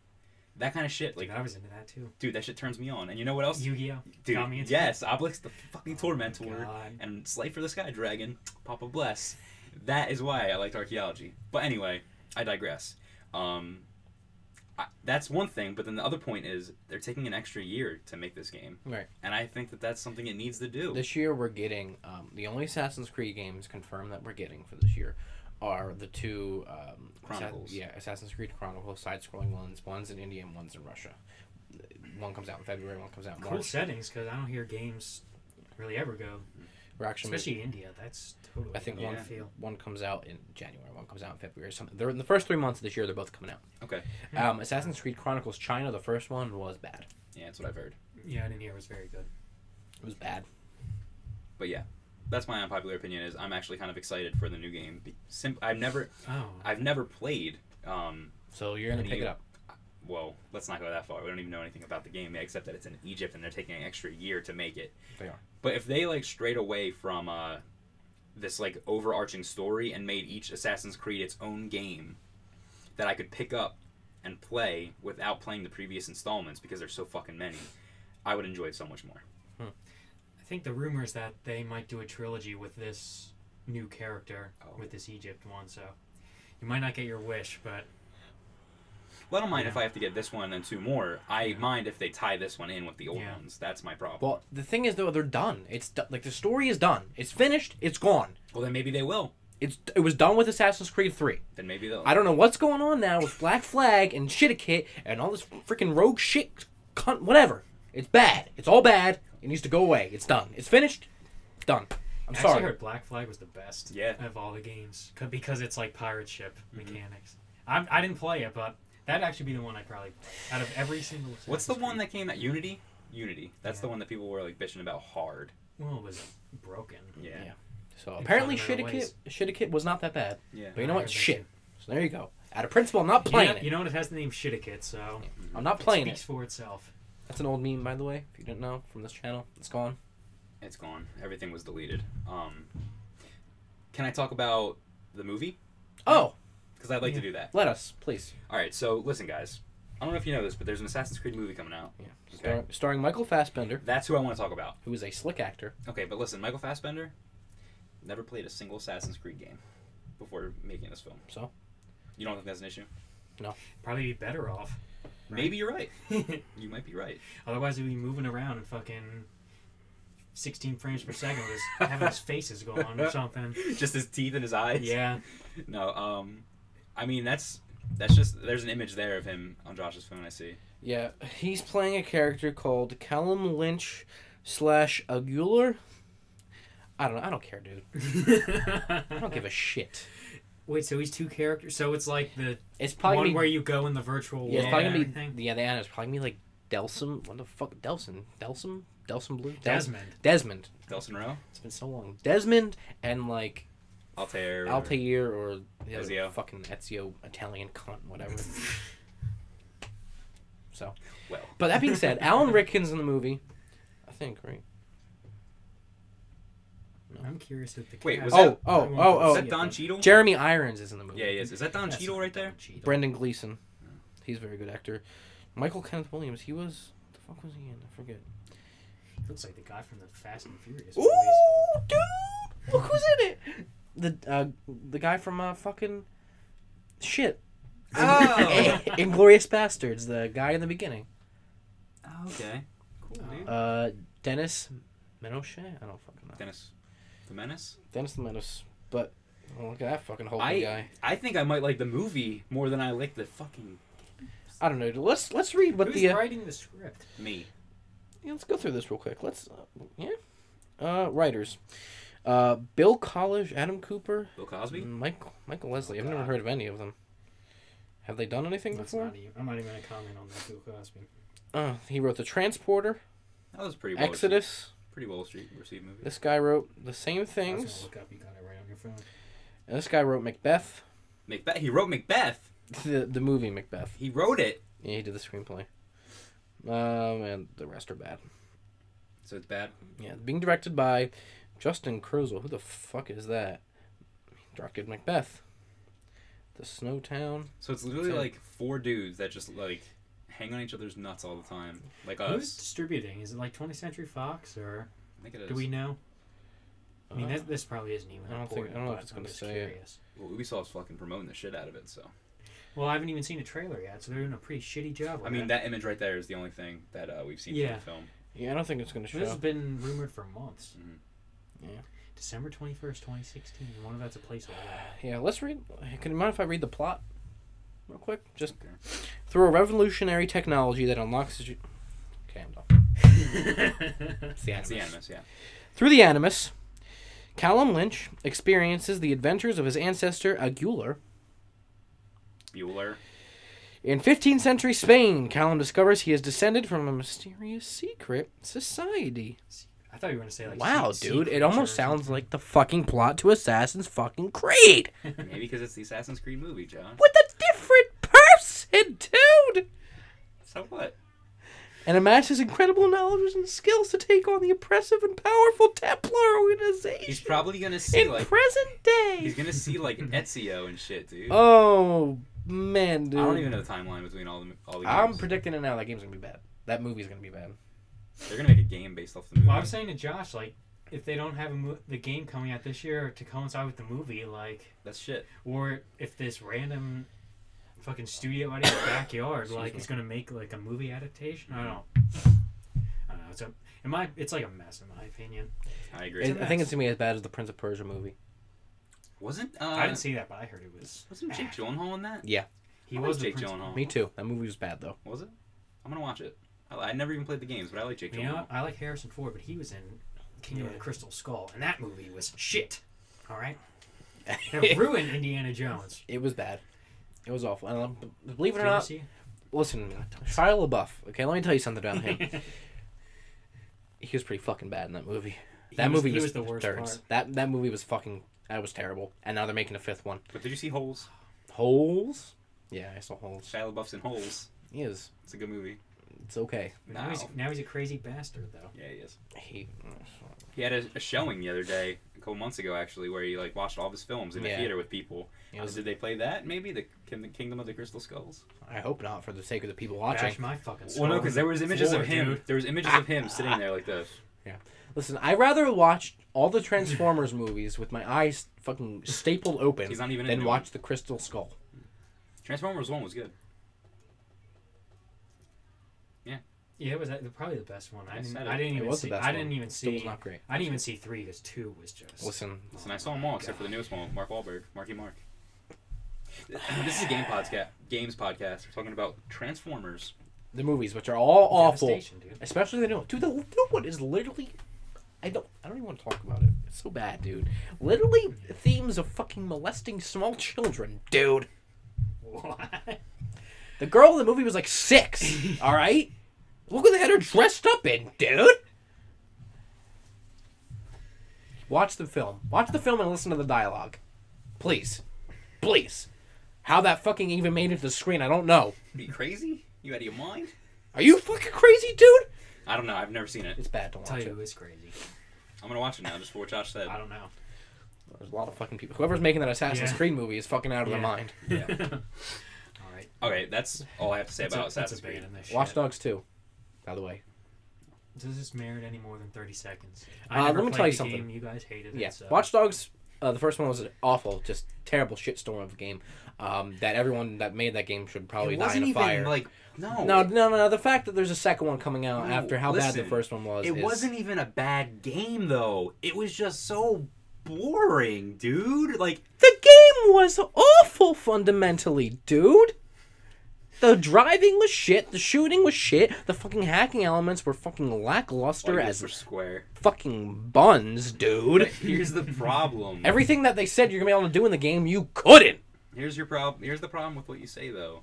that kind of shit Like like I was into that too. dude, that shit turns me on. And you know what else? Yu-Gi-Oh. dude, got me into yes, Obelix the Oh fucking my tormentor God. and Slay for the Sky Dragon, Papa Bless. That is why I liked archaeology. But anyway, I digress. Um, I, that's one thing, but then the other point is they're taking an extra year to make this game. Right. And I think that that's something it needs to do. This year we're getting um, the only Assassin's Creed games confirmed that we're getting for this year are the two um, Assa- Chronicles. yeah, Assassin's Creed Chronicles side-scrolling ones. One's in India and one's in Russia. One comes out in February. One comes out in Cool March. settings because I don't hear games really ever go, We're actually especially India. That's totally. I think another one- feel. one comes out in January. One comes out in February. Something. They're in the first three months of this year. They're both coming out. Okay. Um, Assassin's Creed Chronicles China. The first one was bad. yeah, that's what I've heard. Yeah, I didn't hear it was very good. It was bad. But yeah, that's my unpopular opinion. Is I'm actually kind of excited for the new game. Be- Sim- I've never, Oh, I've never played. Um, So you're gonna And pick you- it up. well, let's not go that far. We don't even know anything about the game except that it's in Egypt and they're taking an extra year to make it. They are. But if they like strayed away from uh, this like overarching story and made each Assassin's Creed its own game that I could pick up and play without playing the previous installments because there's so fucking many, I would enjoy it so much more. I think the rumor is that they might do a trilogy with this new character Oh. with this Egypt one. So you might not get your wish, but Well, I don't mind if Yeah. I have to get this one and two more. I Yeah. mind if they tie this one in with the old Yeah. ones. That's my problem. Well, Well, the thing is though, they're done. It's do- like the story is done. It's finished. It's gone. then maybe they will. It's it was done with Assassin's Creed Three. Then maybe they'll. I don't know what's going on now with Black Flag and Shitakit and all this freaking rogue shit, cunt, whatever. It's bad. It's all bad. It needs to go away. It's done. It's finished. Done. I'm I sorry. actually heard Black Flag was the best. Yeah. Mm-hmm. Of all the games, C- because it's like pirate ship mechanics. I, I didn't play it, but that'd actually be the one I probably play out of every single. What's the Assassin's one that came out? Unity. Unity. That's Yeah. the one that people were like bitching about hard. Creed- Well, it was broken. Yeah. Yeah. So apparently fundamental Shitakit Shitakit was not that bad. Yeah. But you know I what? heard that Shit. too. So there you go. Out of principle, I'm not You know- playing you know, it. what? It has the name Shitakit, so I'm not it playing speaks it. for itself. That's an old meme, by the way. If you didn't know, from this channel, it's gone. It's gone. Everything was deleted. Um, can I talk about the movie? Oh, Because I'd like to Yeah. do that. let us, please. All right. So listen, guys. I don't know if you know this, but there's an Assassin's Creed movie coming out. Yeah. Okay. Star- starring Michael Fassbender, That's who I want to talk about. who is a slick actor. Okay, but listen, Michael Fassbender never played a single Assassin's Creed game before making this film. So? You don't think that's an issue? Probably be better off. Right. Maybe you're right. You might be right. Otherwise, he'd be moving around and fucking 16 frames per second, with his- having his faces go on or something. Just his teeth and his eyes. Yeah, No. Um, I mean that's that's just there's an image there of him on Josh's phone. I see. Yeah, he's playing a character called Callum Lynch slash Aguilar. I don't know. I don't care, dude. I don't give a shit. Wait, so he's two characters? So it's like the It's probably one gonna be, where you go in the yeah, virtual world it's probably and gonna be everything? yeah. The Anna is probably gonna be like Delson. What the fuck, Delson? Delson? Delson Blue? Del- Desmond. Desmond. Delson Rowe. It's been so long. Desmond and like Altair. or- Altair or the other Ezio. fucking Ezio Italian cunt, whatever. so, Well. but that being said, Alan Rickman's in the movie, I think, right? I'm curious if the Wait, cat- was Oh, that- oh, I oh, won't oh, Is that yeah, Don but- Cheadle? Jeremy Irons is in the movie. Yeah, he is. Is that Don That's Cheadle not right there? Don Cheadle. Brendan Gleeson, he's a very good actor. Michael Kenneth Williams, he was. The fuck was he in? I forget. Looks like the guy from the Fast and Furious Ooh, movies. dude! Look who's in it! The uh, the guy from uh, fucking shit. Oh. Inglorious Bastards, the guy in the beginning. Oh, okay. Cool, Uh, dude. Uh, Dennis Menochet? I don't fucking know. Dennis the Menace. Dennis the Menace. But oh, look at that fucking hulking I guy. I think I might like the movie more than I like the fucking I don't know. dude. Let's let's read what Who's the uh, writing the script? me. yeah, let's go through this real quick. Let's uh, yeah, uh, writers, uh, Bill College, Adam Cooper, Bill Cosby. Mm, Michael Michael Leslie. I've God. never heard of any of them. Have they done anything That's before? not even, I'm not even gonna comment on that Bill Cosby. Uh, he wrote The Transporter, That was pretty well Exodus. received- pretty well received received movie. This guy wrote the same I was gonna things. look up. You got it right on your phone. And this guy wrote Macbeth, Macbeth. He wrote Macbeth. the the movie Macbeth. He wrote it. Yeah, he did the screenplay. Um, and the rest are bad. So it's bad. Yeah, being directed by Justin Kurzel. Who the fuck is that? He directed Macbeth. The Snowtown. So it's literally So- like four dudes that just like hang on each other's nuts all the time, like Who's us. distributing? Is it like 20th Century Fox or I think it is. do we know? I mean, Uh, that, this probably isn't even. I don't think- important, I don't know if but it's I'm gonna just say it. curious. Well, Ubisoft's fucking promoting the shit out of it. So Well, I haven't even seen a trailer yet, so they're doing a pretty shitty job. I with mean, it. that image right there is the only thing that uh, we've seen from Yeah. the film. yeah, I don't think it's gonna show. this has been rumored for months. Mhm. Mm-hmm. Yeah. December 21st, 2016. One of that's a placeholder. Yeah, let's read. Can you mind if I read the plot, real quick? Just Okay. through a revolutionary technology that unlocks. the ju- Okay, I'm done. the That's That's the animus. animus, yeah. Through the Animus, Callum Lynch experiences the adventures of his ancestor Aguilar. Bueller. In 15th century Spain, Callum discovers he is descended from a mysterious secret society. I thought you were gonna say like. wow, sea- sea dude, it creature almost or sounds something. like the fucking plot to Assassin's fucking Creed. Maybe because it's the Assassin's Creed movie, John. With a different person, dude. So what? and amassed his incredible knowledge and skills to take on the oppressive and powerful Templar He's organization probably gonna see in like present day. he's gonna see like Ezio and shit, dude. Oh man, I dude! don't even know the timeline between all the all the games. I'm predicting it now. That game's gonna be bad. That movie's gonna be bad. They're gonna make a game based off the movie. Well, I'm saying to Josh, like, if they don't have a mo- the game coming out this year to coincide with the movie, like, That's shit. or if this random fucking studio out of your backyard, like, is gonna make like a movie adaptation, I don't. I don't know. It's a, in my, it's like a mess in my opinion. I agree. And I uh, think it's gonna be as bad as the Prince of Persia movie. wasn't uh, I didn't see that, but I heard it was. wasn't Jake Gyllenhaal in that? He I like was the Jake Prince- Gyllenhaal. Me too. That movie was bad though. Was it? I'm gonna watch it. I, I never even played the games, but I like Jake You know, Gyllenhaal. what? I like Harrison Ford, but he was in Kingdom of Yeah. the Crystal Skull, and that movie was shit. All right, that ruined Indiana Jones. It was bad. It was awful. And um, b- believe it or not, Seriously? listen, Shia LaBeouf. Okay, let me tell you something about him. he was pretty fucking bad in that movie. He That movie he was, the worst turds. part. That that movie was fucking that was terrible. And now they're making a fifth one. But did you see Holes? Holes? Yeah, I saw holes. Shia LaBeouf's in Holes. He is. It's a good movie. It's okay. Now, he's, No. now he's a crazy bastard, though. Yeah, he is. He He had a, a showing the other day, a couple months ago actually, where he like watched all of his films in the Yeah. theater with people. Uh, it was, did they play that? Maybe the, Kin- the Kingdom of the Crystal Skulls. I hope not for the sake of the people Bash watching. my fucking Well, no, skull. because there was images Lord, of him. dude. There was images of him sitting there like this. Listen, I rather watch all the Transformers movies with my eyes fucking stapled open He's not even in than the watch the Crystal Skull. Transformers One was good. Yeah, it was that- probably the best one. I I didn't. said I it. didn't It even was see. the best I one. didn't even Still was see. not great. I didn't even see three because two was just. Listen, Listen, I saw them all except for the newest one, Mark Wahlberg, Marky Mark. This is a game podcast. Games podcast. We're talking about Transformers. the movies, which are all awful, Devastation, dude. especially the new one. Dude, the new one is literally. I don't. I don't even want to talk about it. It's so bad, dude. Literally themes of fucking molesting small children, dude. What? The girl in the movie was like six. all right, look what they had her dressed up in, dude. Watch the film. Watch the film and listen to the dialogue, please, please. How that fucking even made it to the screen, I don't know. Are you crazy? You out of your mind? Are you fucking crazy, dude? I don't know. I've never seen it. It's bad to watch Tell it. you who is crazy. I'm gonna watch it now, just for what Josh said. I don't know. There's a lot of fucking people. Whoever's making that Assassin's Yeah. Creed movie is fucking out of Yeah. their mind. Yeah. All right. Okay, that's all I have to say Let's- about let's Assassin's Creed. abandon this Watch shit. Dogs 2, by the way. Does this merit any more than thirty seconds? Uh, I never let me played tell you the something. Game. You guys hated Yeah. it. So. Watch Dogs, uh, the first one was awful, just terrible shitstorm of a game um, that everyone that made that game should probably die in a fire. like no. no, no, no. The fact that there's a second one coming out No, after how bad listen, the first one was. It is- wasn't even a bad game though. It was just so boring, dude. Like The game was awful fundamentally, dude. The driving was shit. The shooting was shit. The fucking hacking elements were fucking lackluster Like, as for square. fucking buns, dude. But here's the problem. Everything that they said you're gonna be able to do in the game, you couldn't. Here's your problem. Here's the problem with what you say though.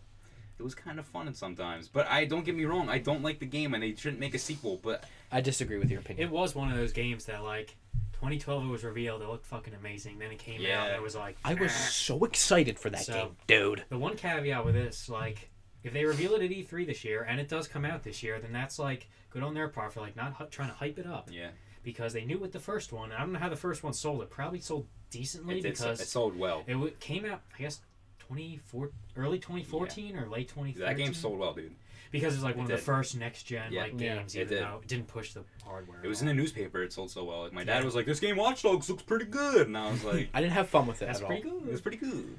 It was kind of fun sometimes, but I don't get me wrong. I don't like the game, and they shouldn't make a sequel. But I disagree with your opinion. It was one of those games that like 2012 it was revealed, it looked fucking amazing. Then it came out Yeah. and it was like I was "Ah." so excited for that So- game, dude. The one caveat with this, like if they reveal it at E3 this year and it does come out this year, then that's like good on their part for like not hu- trying to hype it up yeah, because they knew with the first one. I don't know how the first one sold. It probably sold decently it, did so- because it sold well. it w- came out I guess 24 early 2014 or late 2013. That game sold well, dude. because it was like one It of the did. first next gen Yeah. like Yeah. games. It even did. though it didn't push the hardware. It was at in the all. newspaper. It sold so well. Like my dad Yeah. was like, "This game Watch Dogs looks pretty good," and I was like, I didn't have fun with it That's at all. pretty good. "It was pretty good."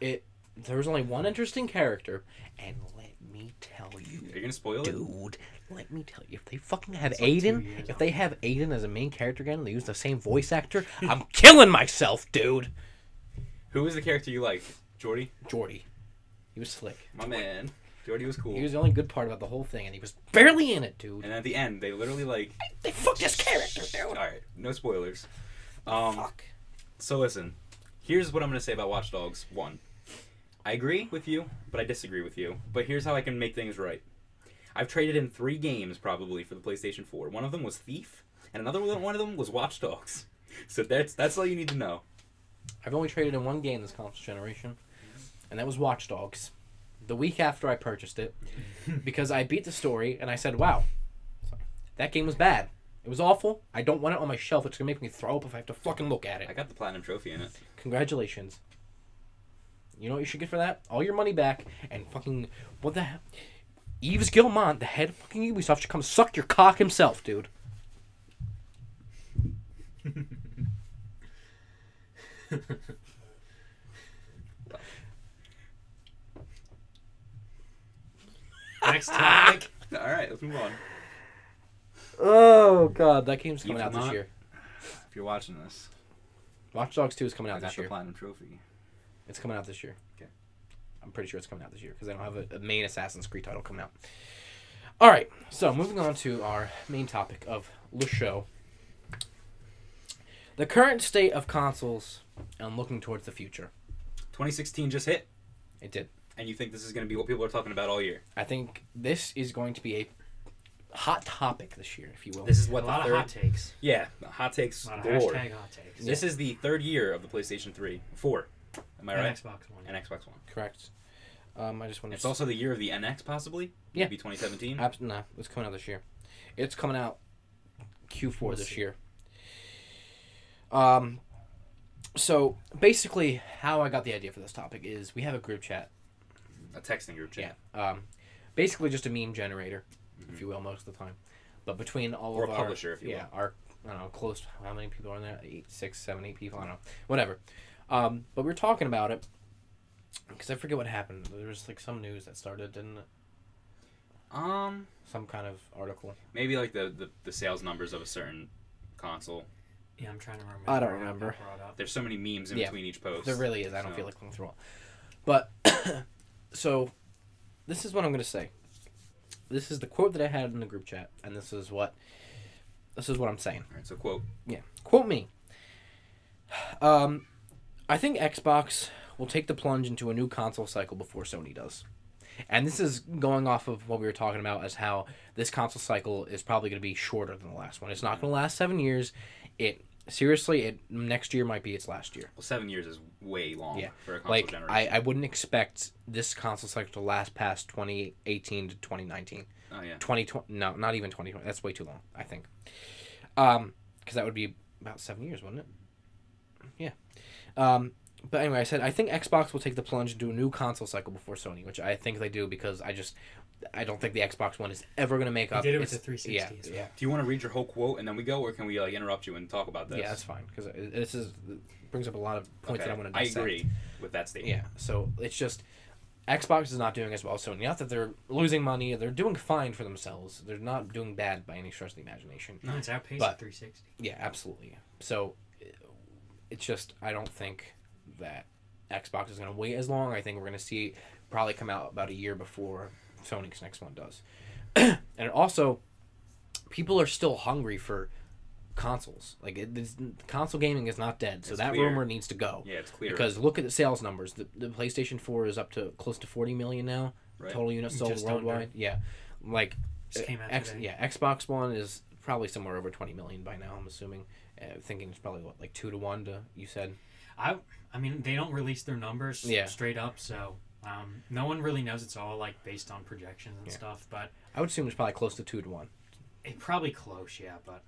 There was only one interesting character, and let me tell you, Are you gonna spoil it? dude. Let me tell you, if they fucking have It's like two Aiden, years if they old. have Aiden as a main character again, and they use the same voice actor, I'm killing myself, dude. Who was the character you liked? Jordy, Jordy, he was slick. my man. Jordy was cool. He was the only good part about the whole thing, and he was barely in it, dude. and at the end, they literally like, They fucked his character, all dude. right, no spoilers. Um, Fuck. So listen, here's what I'm gonna say about Watch Dogs One. I agree with you, but I disagree with you. But here's how I can make things right. I've traded in three games probably for the PlayStation Four. One of them was Thief, and another one one of them was Watch Dogs. So that's that's all you need to know. I've only traded in one game this console generation, and that was Watch Dogs. The week after I purchased it, because I beat the story and I said, "Wow, that game was bad. It was awful. I don't want it on my shelf. It's gonna make me throw up if I have to fucking look at I it." got the platinum trophy in it. Congratulations. You know what you should get for that? All your money back and fucking what the hell? Yves Gilmont, the head of fucking Ubisoft, should come suck your cock himself, dude. Next Ah! topic. All right, let's move on. Oh god, that game's coming Yves out this Gilmont? year. If you're watching this, Watch Dogs 2 is coming I out got this the year. platinum trophy. It's coming out this year. Okay. I'm pretty sure it's coming out this year because I don't have a, a main Assassin's Creed title coming out. All right, so moving on to our main topic of the show. The current state of consoles and looking towards the future. 2016 just hit, It did. and you think this is gonna be what people are talking about all year? I think this is going to be a hot topic this year, if you will. This is a what the lot third. of hot takes. Yeah, hot takes A lot of galore. hashtag hot takes. This is the third year of the PlayStation 3, four. Am I And right? Xbox One. and Xbox One. Correct. Um, I just want to. It's also the year of the NX, possibly. Yeah. Uh, Maybe 2017. Abs- nah, it's coming out this year. It's coming out Q4 We'll this see. year. Um, so basically, how I got the idea for this topic is we have a group chat. A texting group chat. Mm-hmm. Um, basically just a meme generator, if you will, most of the time. But between all Or of a our publisher, if you yeah, our I don't know, close. How many people are in there? Eight, six, seven, eight people. I don't know. Whatever. Um, but we were talking about it because I forget what happened. There was like some news that started, didn't it? Um, Some kind of article. maybe like the, the the sales numbers of a certain console. Yeah, I'm trying to remember. I don't how that remember. brought up. There's so many memes in Yeah. between each post. There really is. I don't So- feel like going through all. But so this is what I'm gonna say. This is the quote that I had in the group chat, and this is what this is what I'm saying. All right, so quote. Yeah. Quote me. Um, I think Xbox will take the plunge into a new console cycle before Sony does. And this is going off of what we were talking about as how this console cycle is probably going to be shorter than the last one. It's not going to last seven years. It seriously, it next year might be its last year. Well, seven years is way long Yeah. for a console Like generation. I, I wouldn't expect this console cycle to last past 2018 to 2019. oh yeah. 2020 no not even 2020 that's way too long i think um because that would be about seven years wouldn't it yeah um but anyway i said i think xbox will take the plunge and do a new console cycle before sony which i think they do because i just i don't think the xbox one is ever going to make They up did it with its- the 360 as yeah well. yeah Do you want to read your whole quote and then we go, or can we like interrupt you and talk about this? yeah that's fine because this is brings up a lot of points Okay. that i want to dissect. agree with that statement. Yeah, so it's just Xbox is not doing as well. So not that they're losing money, they're doing fine for themselves. They're not doing bad by any stretch of the imagination. No, it's outpaced But- the 360. Yeah, absolutely. So uh, it's just I don't think that Xbox is going to wait as long. I think we're going to see probably come out about a year before Sony's next one does. and it also, people are still hungry for consoles. Like it, this, console gaming is not dead, so It's that clear. rumor needs to go. Yeah, it's clear. Because look at the sales numbers. The, the PlayStation 4 is up to close to 40 million now. Right. Total units sold Just under. worldwide. Yeah. Like Just came out X, today. yeah, Xbox One is probably somewhere over 20 million by now, I'm assuming. Uh, thinking it's probably what like 2 to 1 to you said. I I mean they don't release their numbers Yeah. straight up, so um, no one really knows. It's all like based on projections and Yeah. stuff, but I would assume it's probably close to 2 to 1. it probably close. Yeah, but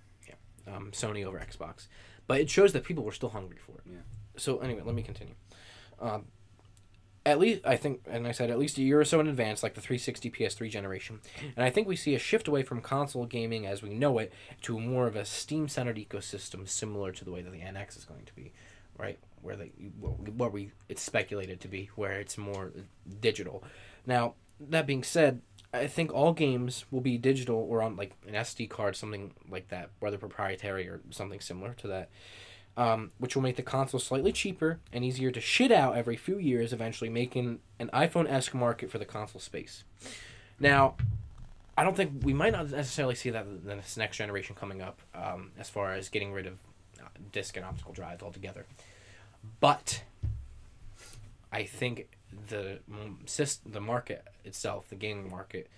um, Sony over Xbox, but it shows that people were still hungry for it. Yeah. So anyway, let me continue. Um, at least I think, and I said at least a year or so in advance, like the 360 PS3 generation, and I think we see a shift away from console gaming as we know it to more of a Steam-centered ecosystem, similar to the way that the NX is going to be, right? Where they, what what we it's speculated to be, where it's more digital. Now that being said, I think all games will be digital or on like an SD card, something like that, whether proprietary or something similar to that, um, which will make the console slightly cheaper and easier to shit out every few years, eventually making an iPhone esque market for the console space. Now, I don't think we might not necessarily see that in this next generation coming up um, as far as getting rid of uh, disk and optical drives altogether. But I think the mm, sys- the market itself, the gaming market,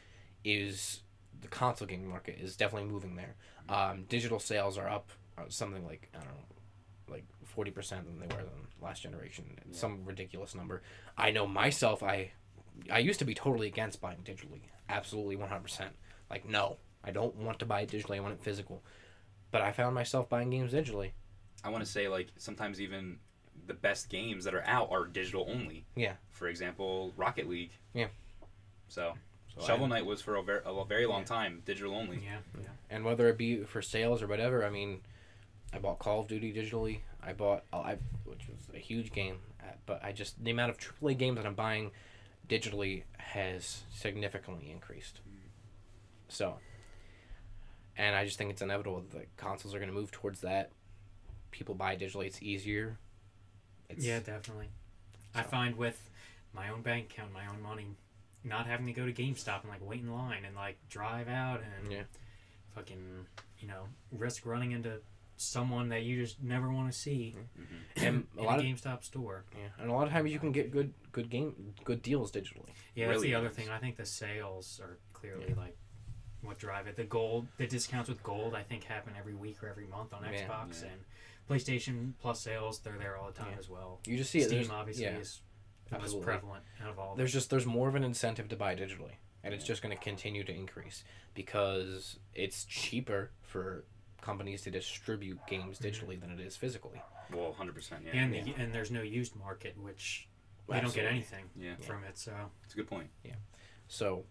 is the console gaming market is definitely moving there. Um, digital sales are up uh, something like I don't know, like forty percent than they were than last generation, some ridiculous number. I know myself. I I used to be totally against buying digitally, absolutely one hundred percent. Like no, I don't want to buy it digitally. I want it physical. But I found myself buying games digitally. I want to say like sometimes even the best games that are out are digital only. Yeah. For example, Rocket League. Yeah. So, So Shovel I- Knight was for a very, a very long Yeah. time digital only. yeah, yeah. and whether it be for sales or whatever, I mean, I bought Call of Duty digitally. I bought oh, I, which was a huge game, uh, but I just the amount of AAA games that I'm buying digitally has significantly increased. So, and I just think it's inevitable that the consoles are going to move towards that. People buy digitally; it's easier. It's, Yeah, definitely. I So- find with my own bank account, my own money, not having to go to GameStop and like wait in line and like drive out and Yeah. fucking you know risk running into someone that you just never want to see And Mm-hmm. a in lot a of GameStop store. yeah, and a lot of times you can get good good game good deals digitally. Yeah, that's Really the other is. thing. I think the sales are clearly like what drive it. The gold, the discounts with gold, I think happen every week or every month on Yeah. Xbox Yeah. and PlayStation Plus sales. They're there all the time Yeah. as well. You just see it. Steam there's- obviously yeah. is was Absolutely. prevalent out of all. of them. there's just there's more of an incentive to buy digitally and it's Yeah. just going to continue to increase because it's cheaper for companies to distribute games Mm-hmm. digitally than it is physically Well, hundred percent. Yeah. and the, and there's no used market, which they Absolutely. don't get anything Yeah. from it. So It's a good point. so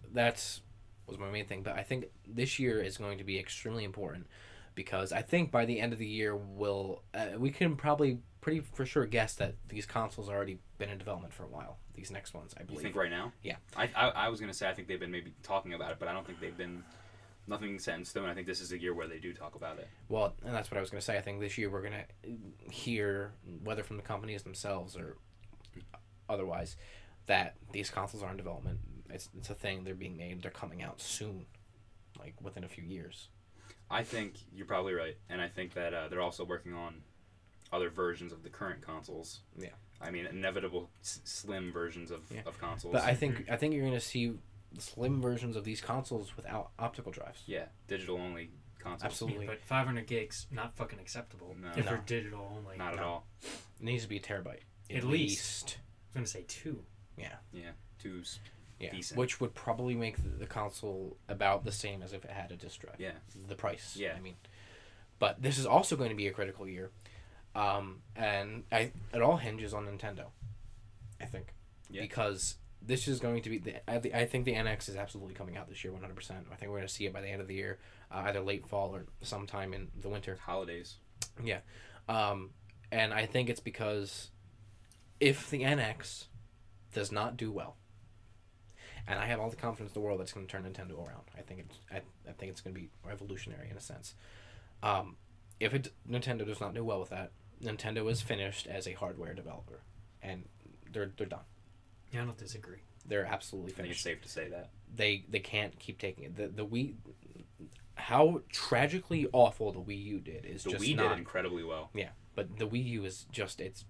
th- that's was my main thing but i think this year is going to be extremely important because i think by the end of the year we'll uh, we can probably pretty for sure guess that these consoles already been in development for a while these next ones i You believe think right now? Yeah. I, I I was gonna say I think they've been maybe talking about it, but I don't think they've been nothing set in stone. I think this is a year where they do talk about it. Well, and that's what I was going to say. I think this year we're going to hear, whether from the companies themselves or otherwise, that these consoles are in development. It's, it's a thing. They're being made. They're coming out soon, like within a few years. I think you're probably right, and I think that uh, they're also working on other versions of the current consoles. Yeah. I mean, inevitable s- slim versions of, Yeah. of consoles. But I think I think you're going to see slim versions of these consoles without optical drives. yeah, digital only consoles. I mean, Absolutely, but 500 gigs not fucking acceptable No. if No. they're digital only. Not at No. all. it needs to be a terabyte At least. I was gonna say two. Too. s- Yeah, Decent. which would probably make the- the console about the same as if it had a disc drive. Yeah. the price. Yeah. I mean, but this is also going to be a critical year, um, and I it all hinges on Nintendo, I think, Yeah. because this is going to be the I, the I think the NX is absolutely coming out this year, one hundred percent. I think we're going to see it by the end of the year, uh, either late fall or sometime in the winter. Holidays. Um, and I think it's because if the NX does not do well, and I have all the confidence in the world that's going to turn Nintendo around. I think it's I, I think it's going to be revolutionary in a sense. Um, if it Nintendo does not do well with that, Nintendo is finished as a hardware developer, and they're they're done. Yeah, I don't disagree. They're absolutely I think it's finished. safe to say that. They they can't keep taking it. The the Wii, how tragically awful the Wii U did is The just Wii not. did incredibly well. Yeah, but the Wii U is just it's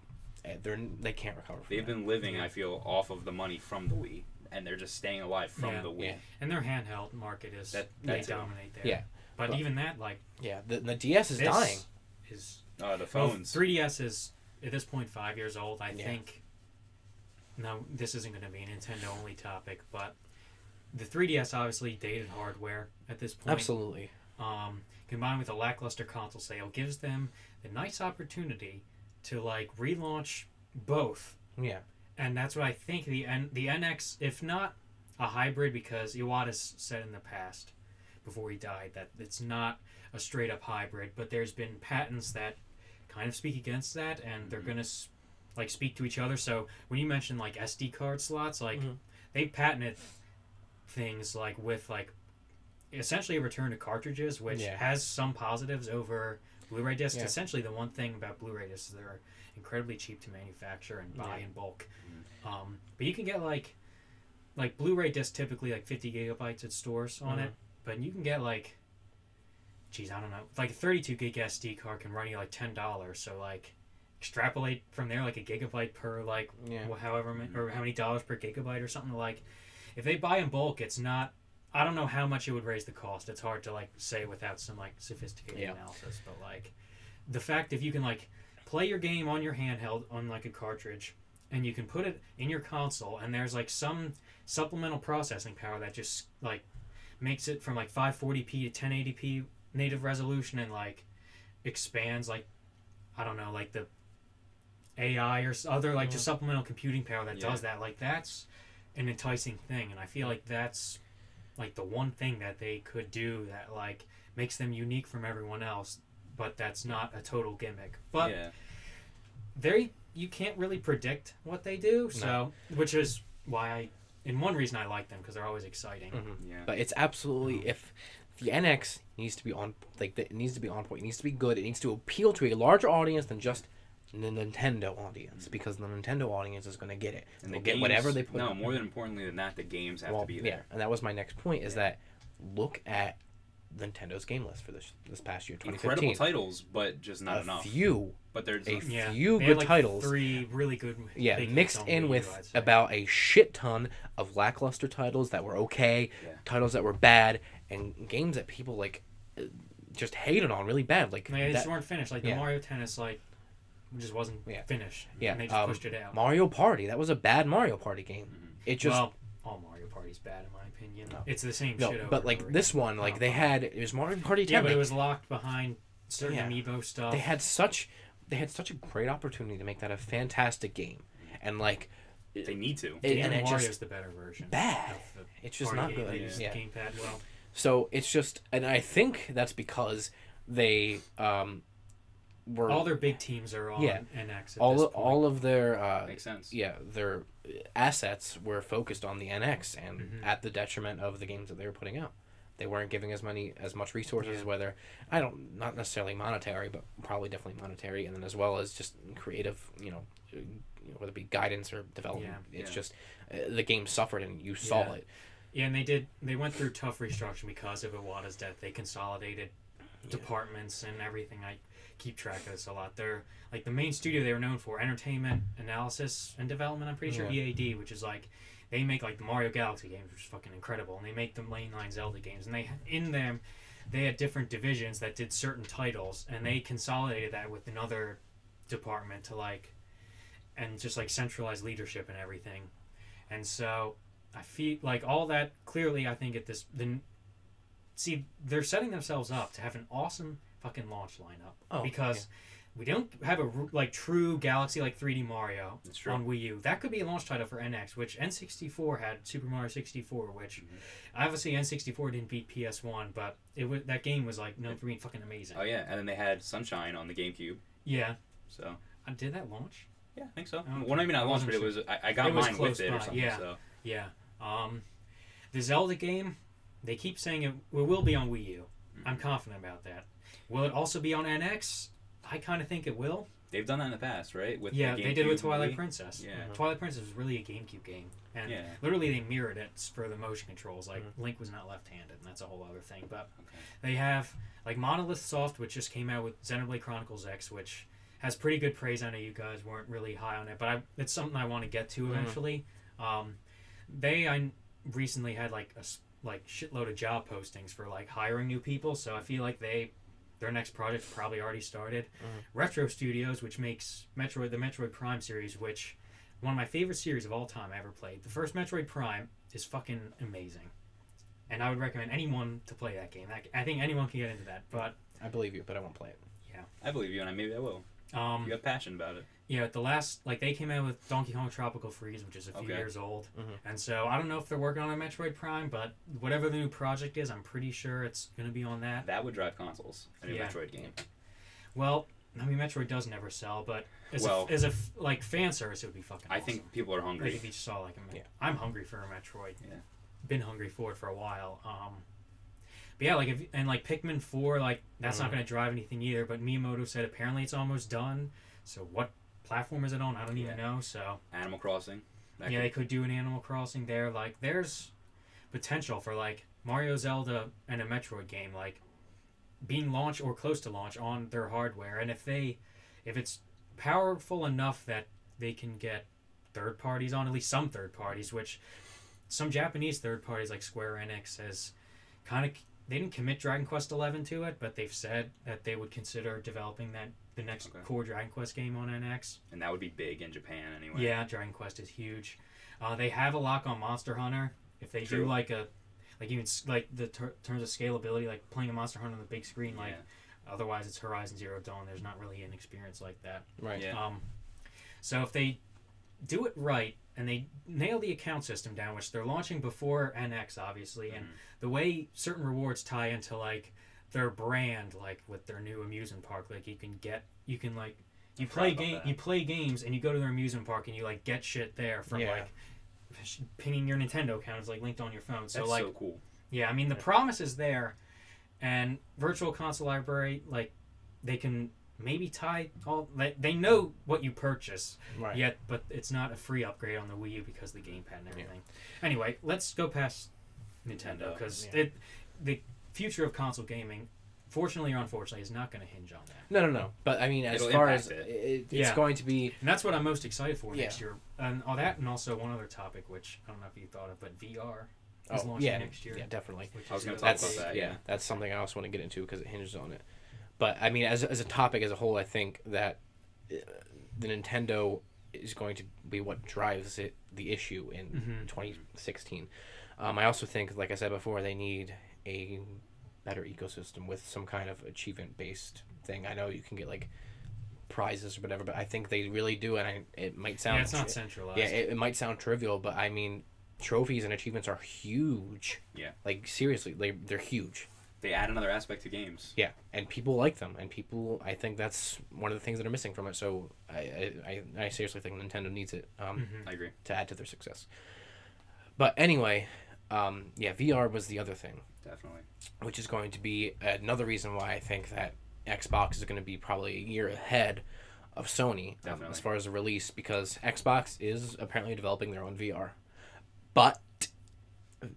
eh, they're they can't recover from They've that. been living, Yeah. I feel, off of the money from the Wii, and they're just staying alive from Yeah. the Wii. Yeah. And their handheld market is That- they that's it. dominate there. Yeah, But, but- even that, like Yeah, the, the DS is this dying. is oh, Uh, the Well, phones. 3DS is at this point five years old. I Yeah. think. Now this isn't going to be a Nintendo only topic, but the 3DS obviously dated hardware at this point. Absolutely. Um, combined with a lackluster console sale, gives them the nice opportunity to like relaunch both, Yeah. and that's what I think the N- the NX, if not a hybrid, because Iwata s- said in the past before he died that it's not a straight up hybrid, but there's been patents that kind of speak against that, and they're Mhm. gonna s- like speak to each other. So when you mention like SD card slots, like Mhm. they patented things like with like essentially a return to cartridges, which Yeah. has some positives over Blu-ray discs. Yeah. Essentially, the one thing about Blu-ray discs is they're incredibly cheap to manufacture and buy Yeah. in bulk. Um, but you can get like like Blu-ray disc typically like 50 gigabytes at stores on Mm-hmm. it, but you can get like geez, I don't know, like a 32 gig SD card can run you like ten dollars. So like extrapolate from there like a gigabyte per like Yeah. wh- however many, or how many dollars per gigabyte or something like if they buy in bulk it's not i don't know how much it would raise the cost it's hard to like say without some like sophisticated Yeah. analysis but like the fact if you can like play your game on your handheld on like a cartridge and you can put it in your console and there's like some supplemental processing power that just like makes it from like 540p to 1080p native resolution and like expands like i don't know like the ai or s- other like just supplemental computing power that Mm. Yeah. does that like that's an enticing thing and i feel like that's like the one thing that they could do that like makes them unique from everyone else but that's not a total gimmick but yeah. they you can't really predict what they do so which is why i and one reason i like them because they're always exciting Mm-hmm. Mhm. Yeah. But it's absolutely if the NX needs to be on like that it needs to be on point. It needs to be good. It needs to appeal to a larger audience than just the Nintendo audience because the Nintendo audience is going to get it. Mm-hmm. And They'll the get whatever games- they put. No, in. more than importantly than that, the games have Well, to be yeah, there. and that was my next point is Yeah. that look at Nintendo's game list for this this past year, Incredible 2015. titles, but just not a enough. few, But there's a Yeah, few they had, good like, titles. Three really good. Yeah, big hits mixed on Wii in U, with I'd say. about a shit ton of lackluster titles that were okay, Yeah. titles that were bad, and games that people like uh, just hated on really bad. Like Like, they just that- weren't finished. Like yeah. the Mario Tennis, like just wasn't Yeah. finished. yeah, and they just um, pushed it out. Mario Party. That was a bad Mario Party game. It just well, all Mario Party's bad in my opinion. No. It's the same shit. no, Over but and over like again. this one, like No. they had it was Mario Party. 10, Yeah, but like, it was locked behind certain Yeah. amiibo stuff. they had such they had such a great opportunity to make that a fantastic game, and like They need to. it, Damn and it Mario's just the better version. bad. of the It's just party not game. good. They Yeah. used the Yeah. gamepad well. so it's just and I think that's because they um were All their big teams are on Yeah. NX. At all this of, point. all of their uh, Makes sense. yeah their assets were focused on the NX and Mhm. at the detriment of the games that they were putting out. They weren't giving as many as much resources, Yeah. whether I don't not necessarily monetary, but probably definitely monetary, and then as well as just creative, you know, uh, you know, whether it be guidance or development. it's yeah. just uh, the game suffered, and you saw Yeah. it. Yeah, and they did. They went through tough restructuring because of Iwata's death. They consolidated departments and everything. I keep track of this a lot. They're like the main studio they were known for entertainment analysis and development. I'm pretty sure Yeah. EAD, which is like they make like the Mario Galaxy games, which is fucking incredible, and they make the mainline Zelda games, and they in them they had different divisions that did certain titles, and they consolidated that with another department to like and just like centralized leadership and everything. And so I feel like all that clearly I think at this then see they're setting themselves up to have an awesome fucking launch lineup Oh, because we don't have a ru- like true Galaxy like 3D Mario That's true. on Wii U. That could be a launch title for NX, which N64 had Super Mario 64, which Mm-hmm. obviously N64 didn't beat PS1, but it was that game was like known for being fucking amazing. Oh yeah, and then they had Sunshine on the GameCube. yeah, So Uh, did that launch? yeah, I think so. Oh, Okay. Well, I mean, I I launched, but it was wasn't I, I got It was mine close with it or by, something. yeah. So Yeah. Um, the Zelda game, they keep saying it, it will be on Mm-hmm. Wii U. I'm confident about that. Will it also be on NX? I kind of think it will. They've done that in the past, right? With the yeah, they did GameCube with Twilight movie? Princess. Yeah. Mhm. Twilight Princess was really a GameCube game, and Yeah. Mm-hmm. literally they mirrored it for the motion controls. Like Link was not left-handed, and that's a whole other thing. But Okay. they have like Monolith Soft, which just came out with Xenoblade Chronicles X, which has pretty good praise. I know you guys weren't really high on it, but I, it's something I want to get to Mm-hmm. Mhm. eventually. Um, they I recently had like a s- like shitload of job postings for like hiring new people, so I feel like they their next project probably already started. Mhm. Mm-hmm. Retro Studios, which makes Metroid the Metroid Prime series, which one of my favorite series of all time I ever played. The first Metroid Prime is fucking amazing. And I would recommend anyone to play that game. That- I think anyone can get into that. But I believe you, but I won't play it. I believe you, and I maybe I will. um, You got passion about it. yeah, the last like they came out with Donkey Kong Tropical Freeze, which is a few Okay. Mm-hmm. years old, Mhm. and so I don't know if they're working on a Metroid Prime, but whatever the new project is, I'm pretty sure it's gonna be on that. That would drive consoles. A new Yeah. Metroid game. Well, I mean Metroid does never sell, but as Well- a, as a f- like fan service, it would be fucking. I awesome. think people are Like hungry. if you saw like a, Met- Yeah. I'm hungry for a Metroid. Yeah. Been hungry for it for a while. Um, but yeah, like if and like Pikmin four, like that's not Mhm. going to drive anything either. But Miyamoto said apparently it's almost done. So what platform is it on? I don't even know. So Animal Crossing. That yeah, could- they could do an Animal Crossing there. Like there's potential for like Mario, Zelda, and a Metroid game like being launched or close to launch on their hardware. And if they, if it's powerful enough that they can get third parties on at least some third parties, which some Japanese third parties like Square Enix has kind of they didn't commit Dragon Quest Eleven to it, but they've said that they would consider developing that the next Okay. core Dragon Quest game on NX. and that would be big in Japan anyway. Yeah, Dragon Quest is huge. Uh, they have a lock on Monster Hunter. If they True. do like a, like even s- like the ter- terms of scalability, like playing a Monster Hunter on the big screen, like Yeah. otherwise it's Horizon Zero Dawn. There's not really an experience like that. Right. Yeah. Um, so if they do it right and they nail the account system down, which they're launching before NX, obviously, and Mhm. the way certain rewards tie into like their brand, like with their new amusement park, like you can get, you can like, you I forgot play about game, that. you play games, and you go to their amusement park and you like get shit there from Yeah. like sh- pinging your Nintendo account is like linked on your phone. So That's like, so cool. yeah, I mean the promise is there, and virtual console library like they can maybe tie all they, they know what you purchase Right. yet but it's not a free upgrade on the wii u because of the gamepad and everything anyway let's go past nintendo Nintendo, because yeah. it the future of console gaming fortunately or unfortunately is not going to hinge on that No, no, no. But I mean, as It'll far impact as it. it. it's Yeah. going to be, and that's what i'm most excited for next year and all that and also one other topic which i don't know if you thought of but vr is oh, launching yeah, next year yeah, definitely. which I was is gonna a- talk That's about that, yeah, yeah. that's something I also want to get into because it hinges on it. But I mean, as as a topic as a whole, I think that uh, the Nintendo is going to be what drives it the issue in Mhm. 2016. Um, I also think, like I said before, they need a better ecosystem with some kind of achievement based thing. I know you can get like prizes or whatever, but I think they really do, and I, it might sound yeah it's not tri- centralized yeah, it, it might sound trivial, but I mean, trophies and achievements are huge. Yeah. Like seriously, they they're huge. They add another aspect to games. Yeah, and people like them, and people. I think that's one of the things that are missing from it. So I I, I, I seriously think Nintendo needs it um, Mhm. I agree. to add to their success. But anyway, um, yeah, VR was the other thing, Definitely. which is going to be another reason why I think that Xbox is going to be probably a year ahead of Sony um, Definitely. as far as the release because Xbox is apparently developing their own VR. But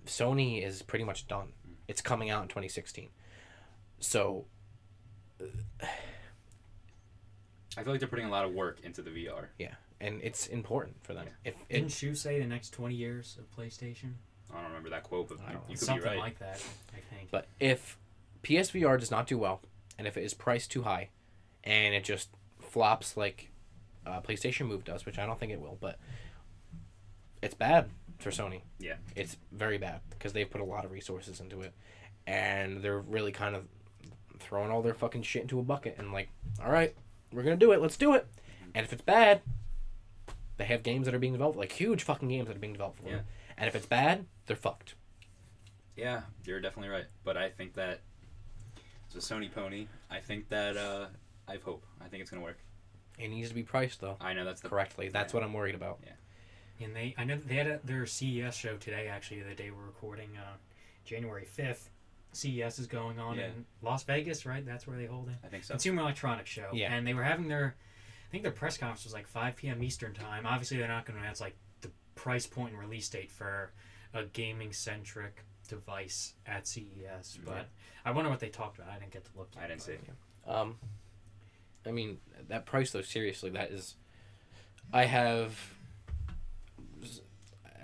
Sony is pretty much done. It's coming out in 2016. So, I feel like they're putting a lot of work into the VR. yeah, and it's important for them. If Didn't it, Shu say the next 20 years of PlayStation? I don't remember that quote, but I don't you, you know. could Something be right. like that, I think. but if PSVR does not do well and if it is priced too high and it just flops like uh, PlayStation Move does, which I don't think it will, but it's bad for Sony. yeah. it's very bad because they've put a lot of resources into it and they're really kind of throwing all their fucking shit into a bucket and like all right we're gonna do it let's do it and if it's bad they have games that are being developed like huge fucking games that are being developed for them and if it's bad they're fucked Yeah, you're definitely right. But I think that it's a Sony pony. I think that uh, I have hope. I think it's gonna work. it needs to be priced though I know that's the correctly that's yeah. what i'm worried about and they, I know that they had a, their CES show today, actually, the day we're recording, uh, January 5th. CES is going on Yeah. in Las Vegas, right? That's where they hold it. I think so. Consumer Electronics Show. Yeah. And they were having their, I think think their press conference was like 5 p.m. Eastern time. Obviously, they're not going to announce like the price point and release date for a gaming centric device at CES. But I wonder what they talked about. I didn't get to look. Mm-hmm. I didn't see but- it. Um, I mean that price though. Seriously, that is. I have s-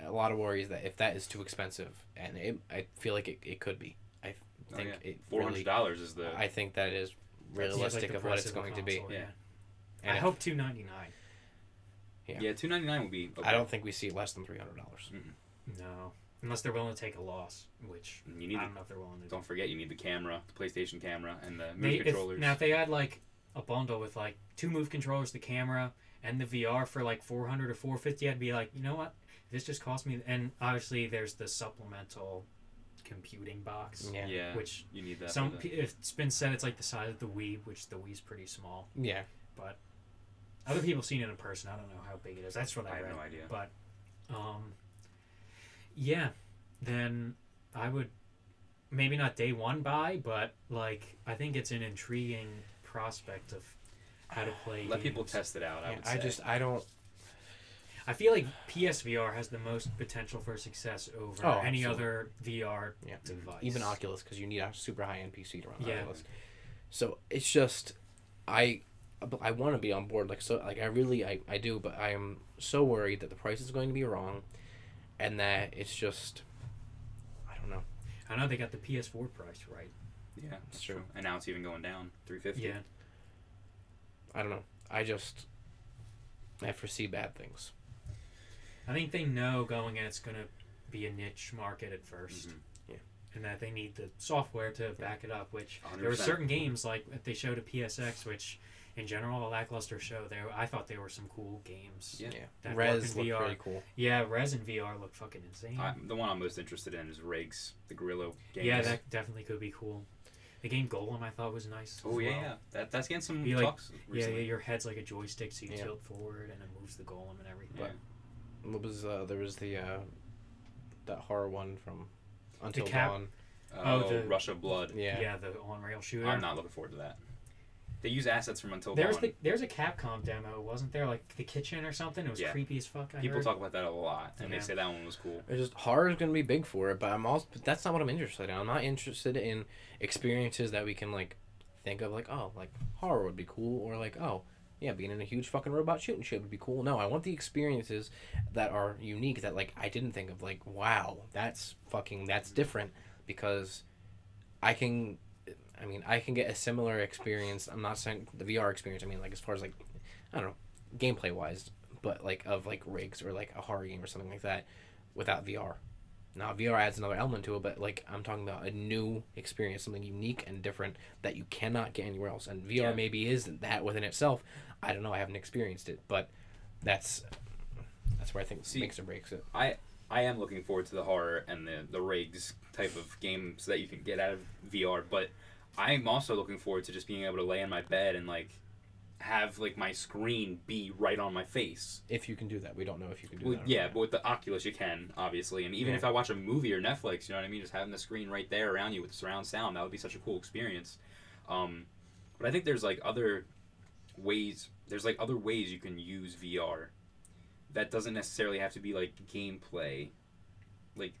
a lot of worries that if that is too expensive, and it, I feel like it, it could be. I Oh, think yeah. it Four hundred really. dollars is the I think that is Seems like realistic the of what price it's a going to be. console, Yeah. And I if- hope 299. yeah. yeah two ninety nine would be. I don't think we see less than three hundred dollars. No, unless they're willing to take a loss, which You I need. The, don't know if they're willing to. do. don't forget, you need the camera, the PlayStation camera, and the They, move if, controllers. now, if they had like a bundle with like two move controllers, the camera, and the VR for like 400 or 450, I'd be like, you know what? This just cost me. And obviously, there's the supplemental computing box, Yeah. yeah, yeah, which you need that. some for the- pe- it's been said it's like the size of the Wii, which the Wii's pretty small. Other people have seen it in person. I don't know how big it is. That's what I I have read. no idea. But, um, yeah, then I would maybe not day one buy, but like I think it's an intriguing prospect of how to play. Let people games. test it out. I Yeah, would say. I just I don't. I feel like PSVR has the most potential for success over Oh, absolutely. any other VR Yeah. device. even Oculus because you need a super high end PC to run Yeah. Oculus. So it's just, I, but I want to be on board. Like so, like I really, I, I do, but I am so worried that the price is going to be wrong, and that it's just, I don't know. I know they got the PS4 price right. yeah, that's Sure. true. And now it's even going down three fifty. Yeah, I don't know. I just, I foresee bad things. I think they know going in it's gonna be a niche market at Mm-hmm. 1st Yeah. And that they need the software to back it up, which there 100%. were certain games like that they showed at PSX, which in general a lackluster show. There, I thought there were some cool games. Yeah. That Res work in looked VR. pretty cool. Yeah, Res and VR look fucking insane. I, the one I'm most interested in is Riggs, the Gorillo game. yeah, that definitely could be cool. The game Golem I thought was nice. as Oh yeah, well. yeah. That that's getting some You, like- talks Yeah, yeah, recently. your head's like a joystick, so you Yeah. tilt forward and it moves the golem and everything. Yeah. What was uh, there was the, uh, that horror one from, Until Cap- Dawn. Oh, Oh, the- Rush of Blood. Yeah. yeah, the on rail shooter. I'm not looking forward to that. They use assets from Until There's Dawn. the there's a Capcom demo, wasn't there? Like the kitchen or something. It was Yeah. creepy as fuck. I People heard. talk about that a lot, and Yeah. they say that one was cool. It's just horror is gonna be big for it, but I'm also but that's not what I'm interested in. I'm not interested in experiences that we can like think of like oh like horror would be cool or like oh yeah being in a huge fucking robot shooting shit would be cool. No, I want the experiences that are unique that like I didn't think of like wow that's fucking that's different because I can I mean I can get a similar experience. I'm not saying the VR experience. I mean like as far as like I don't know gameplay wise, but like of like rigs or like a horror game or something like that without VR. Now VR adds another element to it, but like I'm talking about a new experience, something unique and different that you cannot get anywhere else. And VR Yeah. maybe is that within itself. I don't know. I haven't experienced it, but that's that's where I think See- makes or breaks it. I am looking forward to the horror and the the rigs type of games that you can get out of VR, but I'm also looking forward to just being able to lay in my bed and like have like my screen be right on my face. If you can do that, we don't know if you can do Well, that. or yeah, not. but with the Oculus you can obviously, and even Yeah. if I watch a movie or Netflix, you know what I mean, just having the screen right there around you with the surround sound, that would be such a cool experience. Um, but I think there's like other ways. There's like other ways you can use VR. That doesn't necessarily have to be like gameplay. Like,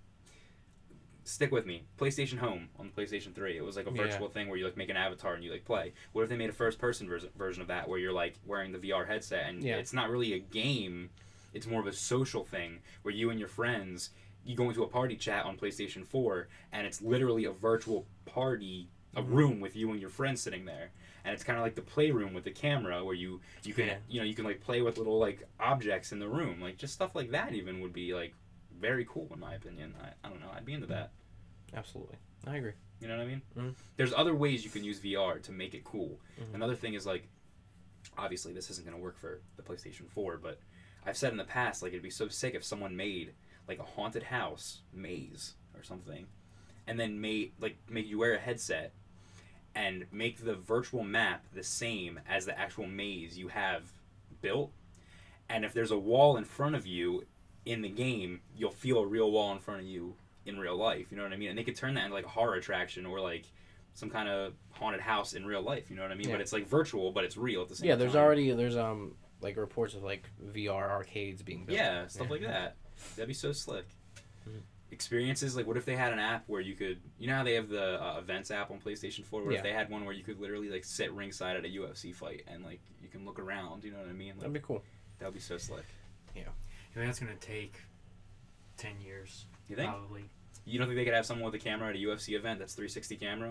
stick with me. PlayStation Home on the PlayStation Three, it was like a Yeah. virtual thing where you like make an avatar and you like play. What if they made a first-person vers- version of that where you're like wearing the VR headset and Yeah. it's not really a game it's more of a social thing where you and your friends you go into a party chat on PlayStation 4 and it's literally a virtual party a Mm-hmm. room with you and your friends sitting there and it's kind of like the playroom with the camera where you you can Yeah. you know you can like play with little like objects in the room like just stuff like that even would be like very cool in my opinion I, I don't know I'd be into that absolutely, I agree. you know what I mean? Mhm. There's other ways you can use VR to make it cool. Mhm. Another thing is like, obviously this isn't going to work for the PlayStation 4, but I've said in the past like it'd be so sick if someone made like a haunted house maze or something, and then made like make you wear a headset, and make the virtual map the same as the actual maze you have built. And if there's a wall in front of you in the game, you'll feel a real wall in front of you in real life. You know what I mean? And they could turn that into like a horror attraction or like some kind of haunted house in real life. You know what I mean? Yeah. But it's like virtual, but it's real at the same. Yeah, there's time. already there's um like reports of like VR arcades being built. yeah stuff like that. That'd be so slick. Mhm. Experiences like what if they had an app where you could you know how they have the uh, events app on PlayStation Four? What Yeah. if they had one where you could literally like sit ringside at a UFC fight and like you can look around? You know what I mean? That'd Like be cool. that'd be so slick. I mean, that's gonna take ten years You think? probably. You don't think they could have someone with a camera at a UFC event that's 360 camera?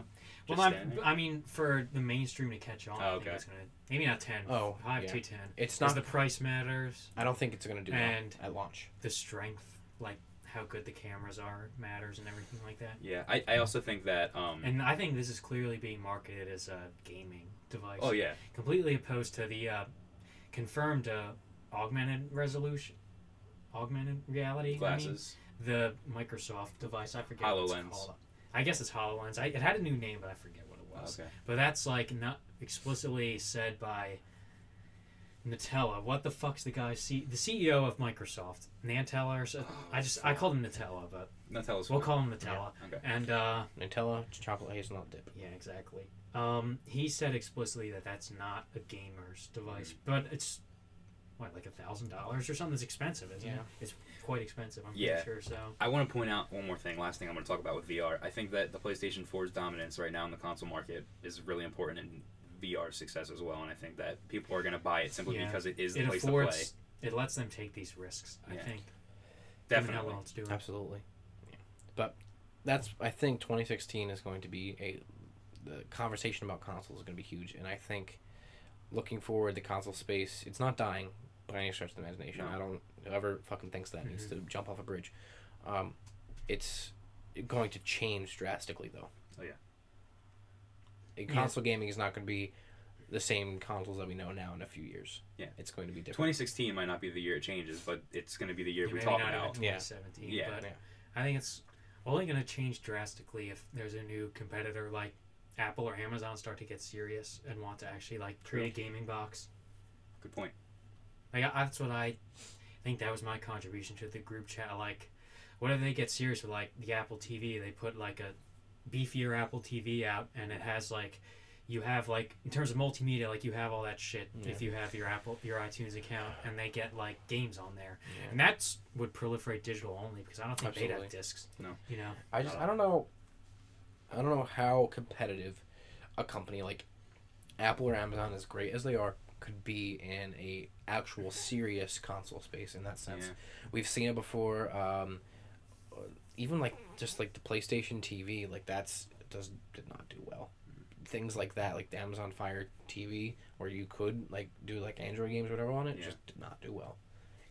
Well, Just I, standing there? I mean, for the mainstream to catch on, I Oh, think okay. it's gonna maybe not ten. Oh, five yeah. to ten. It's Because not. the price matters, I don't think it's gonna do that And- at launch. the strength, like how good the cameras are, matters, and everything like that. Yeah, I, I also think that. Um, And I think this is clearly being marketed as a gaming device. oh yeah, Completely opposed to the uh, confirmed uh, augmented resolution, augmented reality I mean, glasses. the Microsoft device. I forget. What HoloLens. it's called. I guess it's Hololens. I, it had a new name, but I forget what it was. okay. But that's like not explicitly said by Nutella. What the fuck's the guy? C- the CEO of Microsoft, Nantella or so. Oh, I just I called him Nutella, but No, tell us. we'll what- call him Nutella. Okay. And uh, Nutella chocolate hazelnut dip. yeah, exactly. Um, he said explicitly that that's not a gamer's Mm. device, but it's what like a thousand dollars or something. It's expensive, isn't it? Yeah. It's quite expensive. I'm Yeah. pretty sure. So I want to point out one more thing. Last thing I'm going to talk about with VR. I think that the PlayStation 4's dominance right now in the console market is really important in VR success as well. And I think that people are going to buy it simply Yeah. because it is the it place to play. affords. It lets them take these risks. I Yeah. think. Given how Definitely. well it's doing. Absolutely. But that's I think 2016 is going to be a the conversation about consoles is going to be huge, and I think looking forward, the console space it's not dying by any stretch of the imagination. No. Mm-hmm. I don't whoever fucking thinks that needs to jump off a bridge. Um, it's going to change drastically though. Oh, yeah. A Yeah. console gaming is not going to be the same consoles that we know now in a few years. Yeah. it's going to be different. 2016 might not be the year it changes, but it's going to be the year Yeah, we maybe talk not about. even Yeah. 2017. Yeah. But Yeah. I think it's only going to change drastically if there's a new competitor like Apple or Amazon start to get serious and want to actually like create a gaming box. Good point. Like I, that's what I think. That was my contribution to the group chat. Like, what if they get serious with like the Apple TV? They put like a beefier Apple TV out, and it has like. You have like in terms of multimedia, like you have all that shit. Yeah. If you have your Apple, your iTunes account, and they get like games on there, Yeah. and that's would proliferate digital only because I don't think they'd Absolutely. have discs. No. you know, I just I don't know. I don't know how competitive a company like Apple or Amazon, as great as they are, could be in a actual serious console space. In that sense, Yeah. we've seen it before. Um, uh, even like just like the PlayStation TV, like that's does did not do well. Things like that, like the Amazon Fire TV, where you could like do like Android games or whatever on it, Yeah. just did not do well.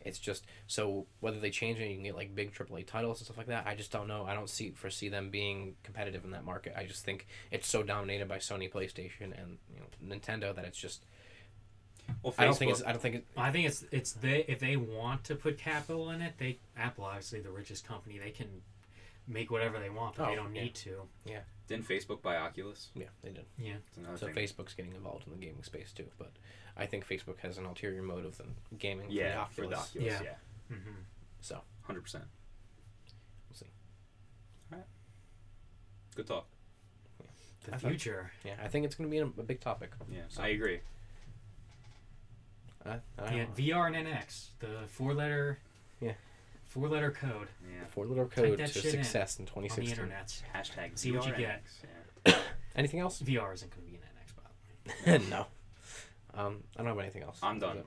It's just so whether they change it, you can get like big AAA titles and stuff like that. I just don't know. I don't see foresee them being competitive in that market. I just think it's so dominated by Sony, PlayStation, and you know Nintendo that it's just. Well, I don't think it's. Facebook- I don't think it. I think it's it's they if they want to put capital in it, they Apple obviously the richest company, they can make whatever they want, but they Oh, don't yeah. need to. didn't Facebook buy Oculus? Yeah, they did. Yeah, It's another So thing. Facebook's getting involved in the gaming space too, but I think Facebook has an ulterior motive than gaming. for yeah, the for the Oculus. Oculus. Yeah. Yeah, hmm So 100. percent We'll see. All right. Good talk. the I thought- future. yeah, I think it's gonna be a, a big topic. Yeah, So- I agree. Uh, I don't Yeah, know. VR and NX, the four letter. Yeah. Four letter code Yeah. Four letter code to that shit in success in on the 2016. internet. Hashtag See what you VRX. get. Yeah. Anything else? VR isn't going to be an NX, by the no. Um, I don't have anything else. I'm That's done. it.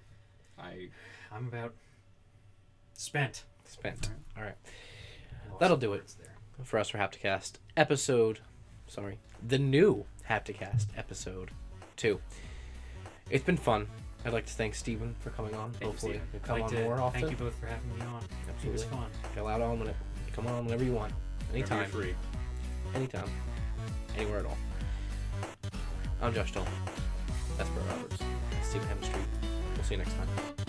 I way. I'm about spent. Spent. All right. I lost That'll my do it. words There. For us for Hapticast episode, sorry, the new Hapticast episode two. It's been fun. I'd like to thank Steven for coming on. you, Hopefully, Steven. you'll come Like on to more often. Thank you both for having me on. It was Absolutely. fun. You're allowed on when come on whenever you want. Anytime. free. Anytime. Anywhere at all. I'm Josh Dolan. That's Brett Roberts. That's Stephen Hemstreet. We'll see you next time.